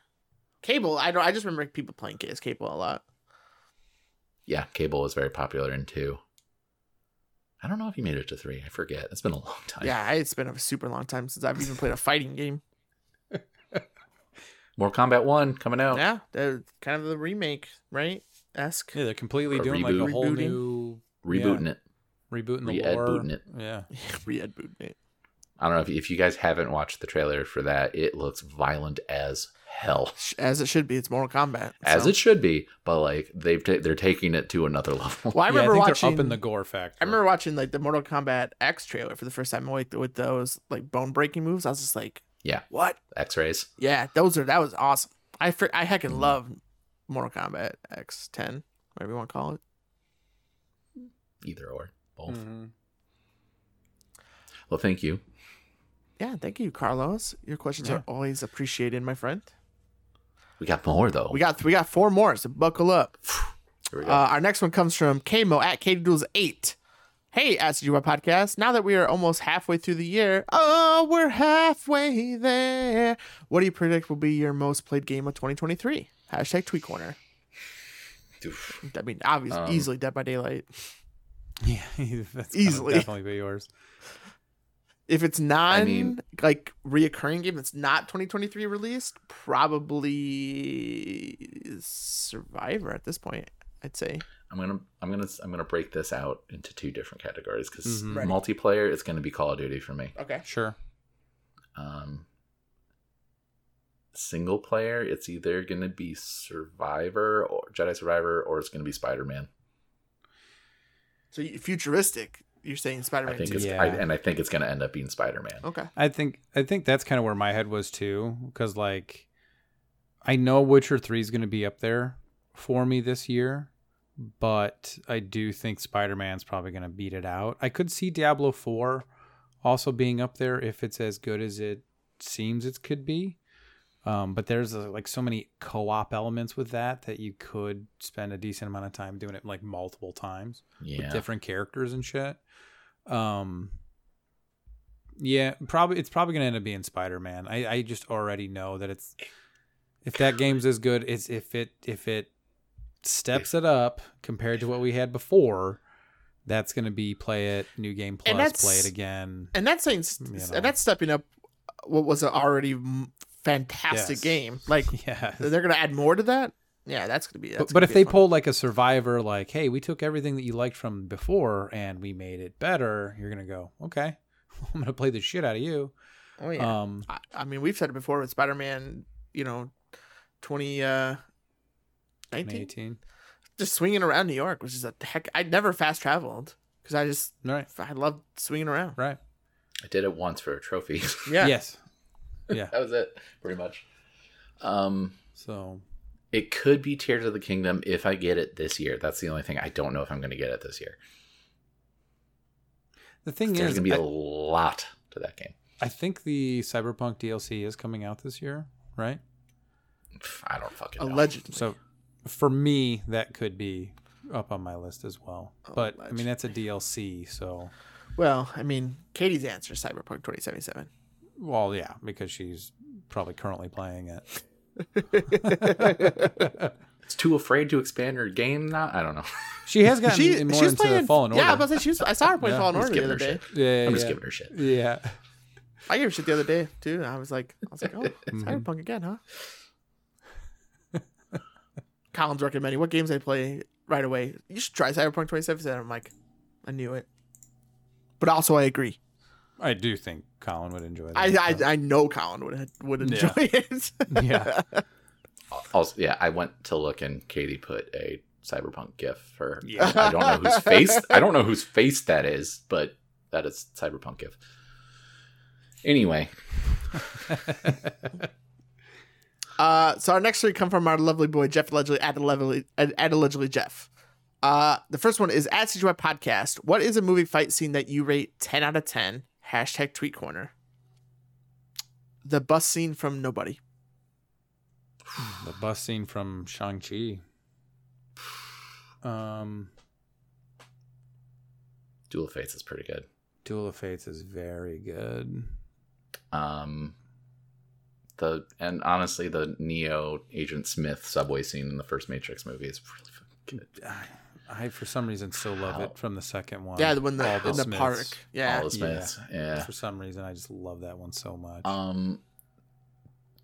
Cable. I don't. I just remember people playing as Cable a lot. Yeah, Cable was very popular in two. I don't know if he made it to three. I forget. It's been a long time. yeah, I- it's been a super long time since I've even played a fighting game. Mortal Kombat one coming out. Yeah, they're kind of the remake, right? Esque. Yeah, they're completely Or doing like reboot. a whole Rebooting? new Rebooting it. rebooting the Re-ed lore. booting it. Yeah. Re-Ed Boot Nate. I don't know if, if you guys haven't watched the trailer for that. It looks violent as hell, As it should be. It's Mortal Kombat. as so. it should be. But like they've ta- they're taking it to another level. Well, Yeah, I remember think watching. they're up in the gore factor. I remember watching like the Mortal Kombat X trailer for the first time like with those like bone breaking moves. I was just like, Yeah. what? X rays. Yeah, those are that was awesome. I fr- I heckin' Mhm. love Mortal Kombat X ten, whatever you want to call it. Either or both. Hmm. Mm-hmm. Mhm. Well, thank you. Yeah, thank you, Carlos. Your questions Yeah. are always appreciated, my friend. We got more though. We got we got four more, so buckle up. Here we Uh, go. our next one comes from Kmo at KDuels eight. Hey, Ask You What Podcast. Now that we are almost halfway through the year, oh, we're halfway there. What do you predict will be your most played game of 2023? Hashtag Tweet Corner. Oof. I mean, obviously, Um, easily Dead by Daylight. Yeah, that's Easily. easily definitely be yours. If it's non mean- like reoccurring game that's not 2023 released, probably Survivor at this point. I'd say I'm gonna I'm gonna I'm gonna break this out into two different categories because Mhm. Right. multiplayer is gonna be Call of Duty for me. okay. Sure. Um, single player, it's either gonna be Survivor or Jedi Survivor, or it's gonna be Spider Man. So you- futuristic, you're saying I Spider-Man. think two. it's Yeah. I, and I think it's gonna end up being Spider Man. okay. I think I think that's kind of where my head was too, because like I know Witcher Three is going to be up there for me this year, but I do think Spider Man's probably going to beat it out. I could see Diablo Four also being up there if it's as good as it seems it could be. Um, but there's uh like so many co-op elements with that that you could spend a decent amount of time doing it like multiple times with Yeah, different characters and shit. Um yeah, probably it's probably gonna end up being Spider Man. I, I just already know that it's if that game's as good, it's if it if it steps it up compared to what we had before, that's gonna be play it, new game And plus, play that's- it again. and that's saying, You know. and that's stepping up what was an already m- fantastic Yes. game. Like Yeah. they're gonna add more to that. Yeah, that's gonna be. That's But, gonna but if be they fun. pulled like a survivor, like, hey, we took everything that you liked from before and we made it better, you're gonna go, okay, I'm gonna play the shit out of you. oh yeah. Um, I, I mean, we've said it before with Spider-Man. You know, twenty uh, nineteen, 2018. just swinging around New York, which is a heck. I never fast traveled because I just Right. I love swinging around. Right. I did it once for a trophy. Yeah. Yes. Yeah. that was it, pretty much. Um, So it could be Tears of the Kingdom if I get it this year. That's the only thing I don't know if I'm gonna get it this year. the thing There's is, gonna be a I- lot to that game. I think the Cyberpunk DLC is coming out this year, right? I don't fucking know. Allegedly. So for me, that could be up on my list as well. Oh, But I mean, that's a DLC, so Well, I mean, Katie's answer is Cyberpunk 2077. well, yeah, because she's probably currently playing it. It's too afraid to expand her game now. I don't know. she has gotten She, more she's into playing the Fallen Order. Yeah, I, was gonna say, she was, I saw her play Yeah. Fallen I'm Order just the giving other her day. shit. yeah, I'm just yeah. giving her shit. Yeah. I gave her shit the other day too. and I was like, I was like, oh, Mm-hmm. Cyberpunk again, huh? Colin's recommending what games I play right away. You should try Cyberpunk 2077. I'm like, I knew it, but also I agree. I do think Colin would enjoy that. I so- I, I know Colin would would enjoy Yeah. it. yeah. Also, yeah, I went to look and Katie put a cyberpunk gif for. Yeah. I don't know whose face. I don't know whose face that is, but that is cyberpunk gif. Anyway, Uh, so our next three come from our lovely boy Jeff Allegedly at allegedly at, at allegedly Jeff. Uh, the first one is at CGY Podcast. What is a movie fight scene that you rate ten out of ten? Hashtag Tweet Corner. The bus scene from Nobody. the bus scene from Shang Chi. Um, Duel of Fates is pretty good. Duel of Fates is very good. Um, the and honestly, the Neo Agent Smith subway scene in the first Matrix movie is really fucking good. I, I for some reason still love Wow. it from the second one. Yeah, the one All that, the in the Smiths. park. Yeah, All the Smiths. yeah. For some reason, I just love that one so much. Um,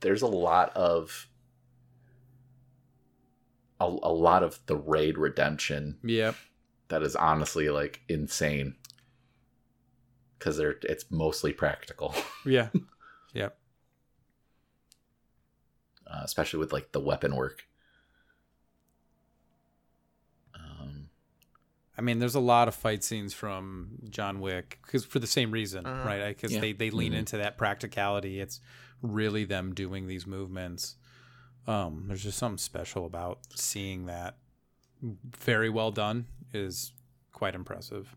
there's a lot of a, a lot of the raid redemption yep. that is honestly like insane because they're it's mostly practical, Yeah. yep. uh, especially with like the weapon work. Um, I mean, there's a lot of fight scenes from John Wick because for the same reason, Uh-huh. right? Because Yeah. they, they lean Mhm. into that practicality. It's really them doing these movements. Um, there's just something special about seeing that very well done is quite impressive.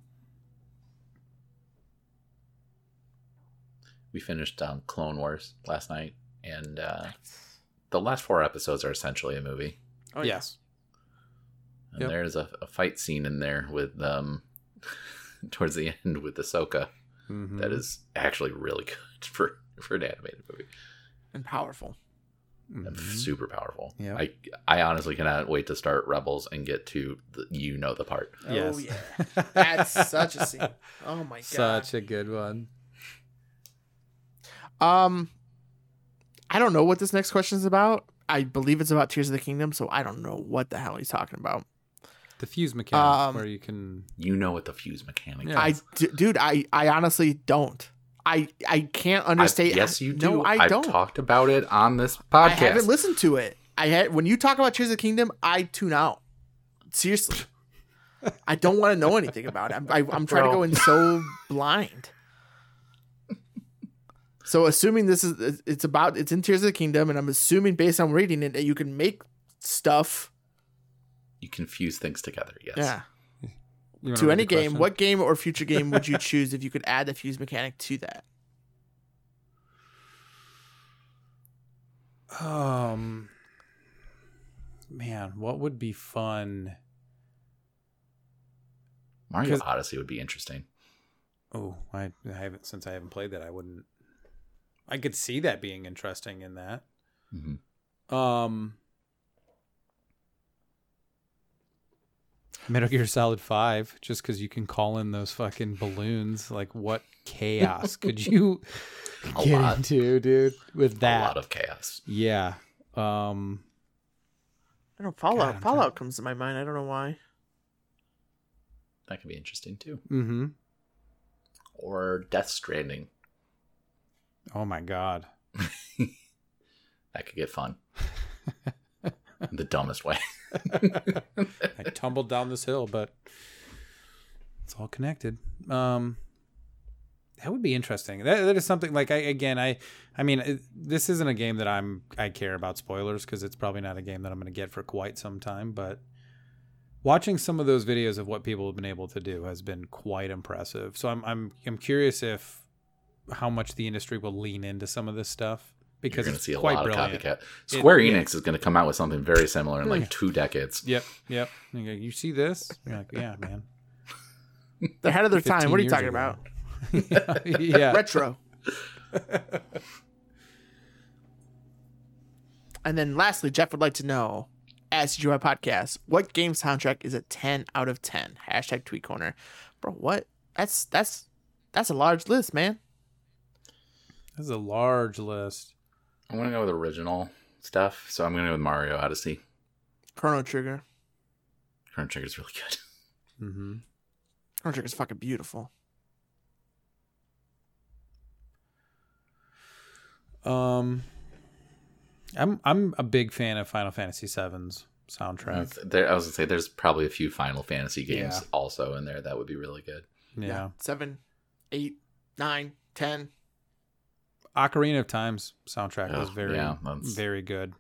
we finished um, Clone Wars last night, and uh, the last four episodes are essentially a movie. Oh, yeah. yes. And Yep. there's a, a fight scene in there with um towards the end with Ahsoka Mhm. that is actually really good for for an animated movie. and powerful. And Mm-hmm. Mhm. Super powerful. Yeah. I I honestly cannot wait to start Rebels and get to the, you know the part. Yes. Oh yeah, that's such a scene. Oh my god. Such a good one. Um, I don't know what this next question is about. I believe it's about Tears of the Kingdom, so I don't know what the hell he's talking about. The fuse mechanics Um, where you can. You know what the fuse mechanic Yeah. is. I, d- dude, I, I honestly don't. I, I can't understand. I- yes, you do. No, I have don't. talked about it on this I podcast. haven't listened to it. I had when you talk about Tears of the Kingdom, I tune out. Seriously, I don't want to know anything about it. I'm, I, I'm trying to Bro. go in so blind. So assuming this is it's about it's in Tears of the Kingdom, and I'm assuming based on reading it that you can make stuff. you can fuse things together. Yes. Yeah. you wanna to read any the game, question? what game or future game would you choose if you could add the fuse mechanic to that? Um, man, what would be fun? Mario 'Cause- Odyssey would be interesting. Oh, I, I haven't since I haven't played that. I wouldn't. I could see that being interesting in that. Mhm. Um, Metal Gear Solid Five, just because you can call in those fucking balloons. Like, what chaos could you A get lot. into, dude? With that, A lot of chaos. yeah. Um, I God, I'm don't Fallout. trying- Fallout comes to my mind. I don't know why. That could be interesting too. mm-hmm. Or Death Stranding. Oh my god. That could get fun. In the dumbest way. I tumbled down this hill, but it's all connected. Um, that would be interesting. That that is something like I again I I mean it- this isn't a game that I'm I care about spoilers because it's probably not a game that I'm going to get for quite some time. But watching some of those videos of what people have been able to do has been quite impressive. So I'm I'm I'm curious if how much the industry will lean into some of this stuff because You're going it's to see a quite lot brilliant. of copycat. Square yeah. Enix is going to come out with something very similar in Yeah. like two decades. Yep, yep. And You, go, you see this? You're like, yeah, man. They're ahead of their time. 15 What are you years talking ago. about? yeah, Retro. and then lastly, Jeff would like to know, as you podcast, what game soundtrack is a ten out of ten? Hashtag tweet corner. Bro, what? That's that's that's a large list, man. this is a large list. I'm going to go with original stuff. So I'm going to go with Mario Odyssey. Chrono Trigger. Chrono Trigger is really good. hmm Chrono Trigger's fucking beautiful. Um, I'm I'm a big fan of Final Fantasy VII's soundtrack. That's- There, I was going to say there's probably a few Final Fantasy games Yeah. also in there that would be really good. Mm-hmm. Yeah. Seven, eight, nine, ten. Ocarina of Time's soundtrack was Ugh, very yeah, that's- very good.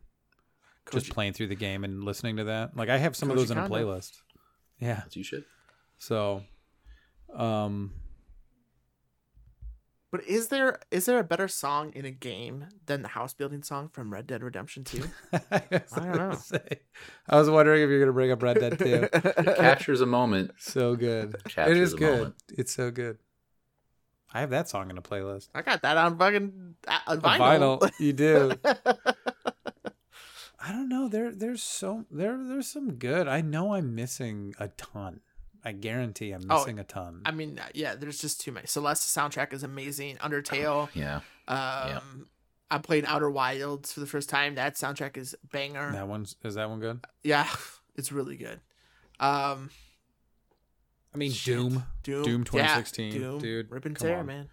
Koji- Just playing through the game and listening to that. Like I have some of Koji those in a Kondo. playlist. Yeah. As you should. So, um, But is there is there a better song in a game than the house building song from Red Dead Redemption 2? I, I don't know. I was wondering if you're gonna bring up Red Dead too. Captures a moment. So good. Captures it is the good. moment. It's so good. I have that song in a playlist. I got that on fucking uh, on A vinyl. You do. I don't know. There, there's so there, there's some good. I know I'm missing a ton. I guarantee I'm Oh, missing a ton. I mean, uh, yeah, there's just too many. Celeste soundtrack is amazing. Undertale. Yeah. Um, I'm playing Outer Wilds for the first time. That soundtrack is banger. that one's is that one good? Yeah, it's really good. Um, I mean, Shit. Doom. Doom, Doom yeah, 2016, Doom, dude, rip and come tear, on. man.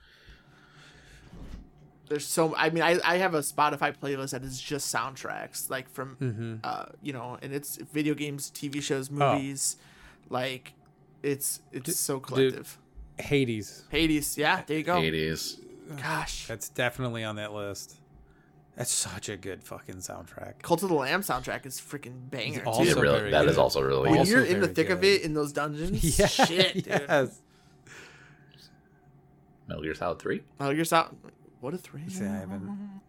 There's so I mean I, I have a Spotify playlist that is just soundtracks like from Mm-hmm. uh you know and it's video games, TV shows, Oh. movies, like it's it's so dude. collective. Hades. Hades, yeah, there you go. 80s. Gosh, That's definitely on that list. That's such a good fucking soundtrack. Cult of the Lamb soundtrack is freaking banger. Also yeah, too. really, very that good. is also really when good. Also you're in the very thick of good. it in those dungeons, shit, dude. yes. Metal Gear Solid 3. Oh, you're so what a three. See, I haven't,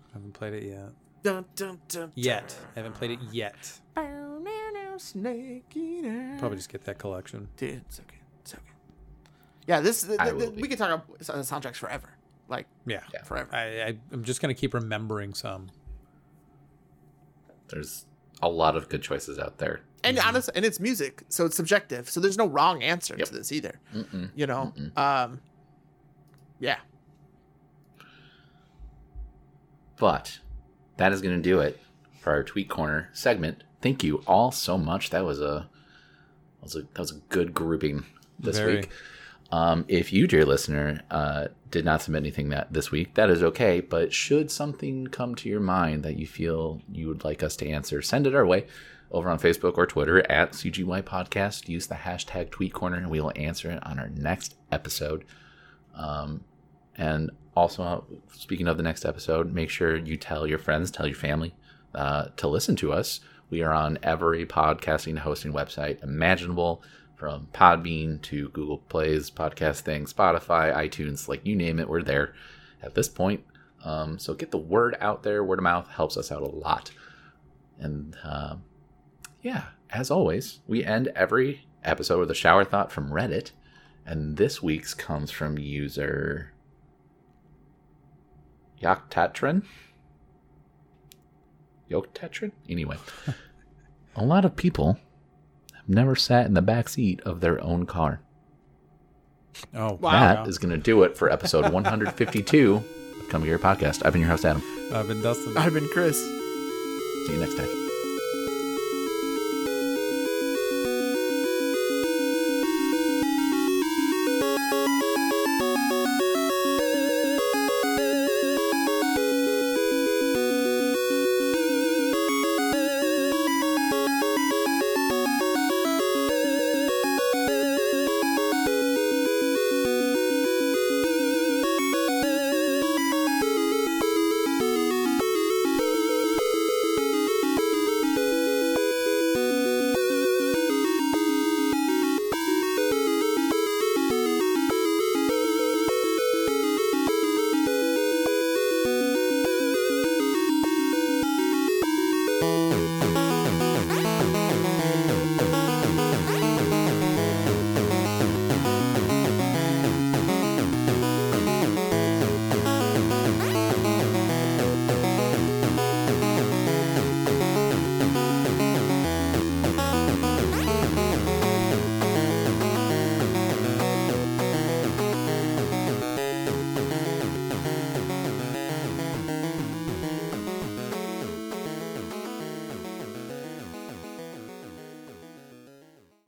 I haven't played it yet. Dun, dun, dun, Yet, I haven't played it yet. Bow, now, now, snake eater. Probably just get that collection. Dude, it's okay. It's okay. Yeah, this th- I th- will th- be. we could talk about s- uh, soundtracks forever. Like Yeah. Yeah. forever. I, I, I'm just gonna keep remembering some. There's a lot of good choices out there. And honest and it's music, so it's subjective. So there's no wrong answer Yep. to this either. Mm-mm. You know? Um Yeah. But that is going to do it for our tweet corner segment. Thank you all so much. That was a that was a, that was a good grouping this Very. week. Um, if you, dear listener, uh, did not submit anything that this week, that is okay. But should something come to your mind that you feel you would like us to answer, send it our way over on Facebook or Twitter at CGY Podcast. Use the hashtag Tweet Corner, and we will answer it on our next episode. Um, and also, uh, speaking of the next episode, make sure you tell your friends, tell your family uh, to listen to us. We are on every podcasting and hosting website imaginable, from Podbean to Google Play's podcast thing, Spotify, iTunes, like you name it, we're there at this point. Um, so get the word out there. Word of mouth helps us out a lot. And uh, yeah, as always, we end every episode with a shower thought from Reddit. And this week's comes from user Yoktatron. Yoktatron? Anyway, a lot of people have never sat in the back seat of their own car. Oh, That wow. is going to do it for episode 152 of Come Get Your Podcast. I've been your host, Adam. I've been Dustin. I've been Chris. See you next time.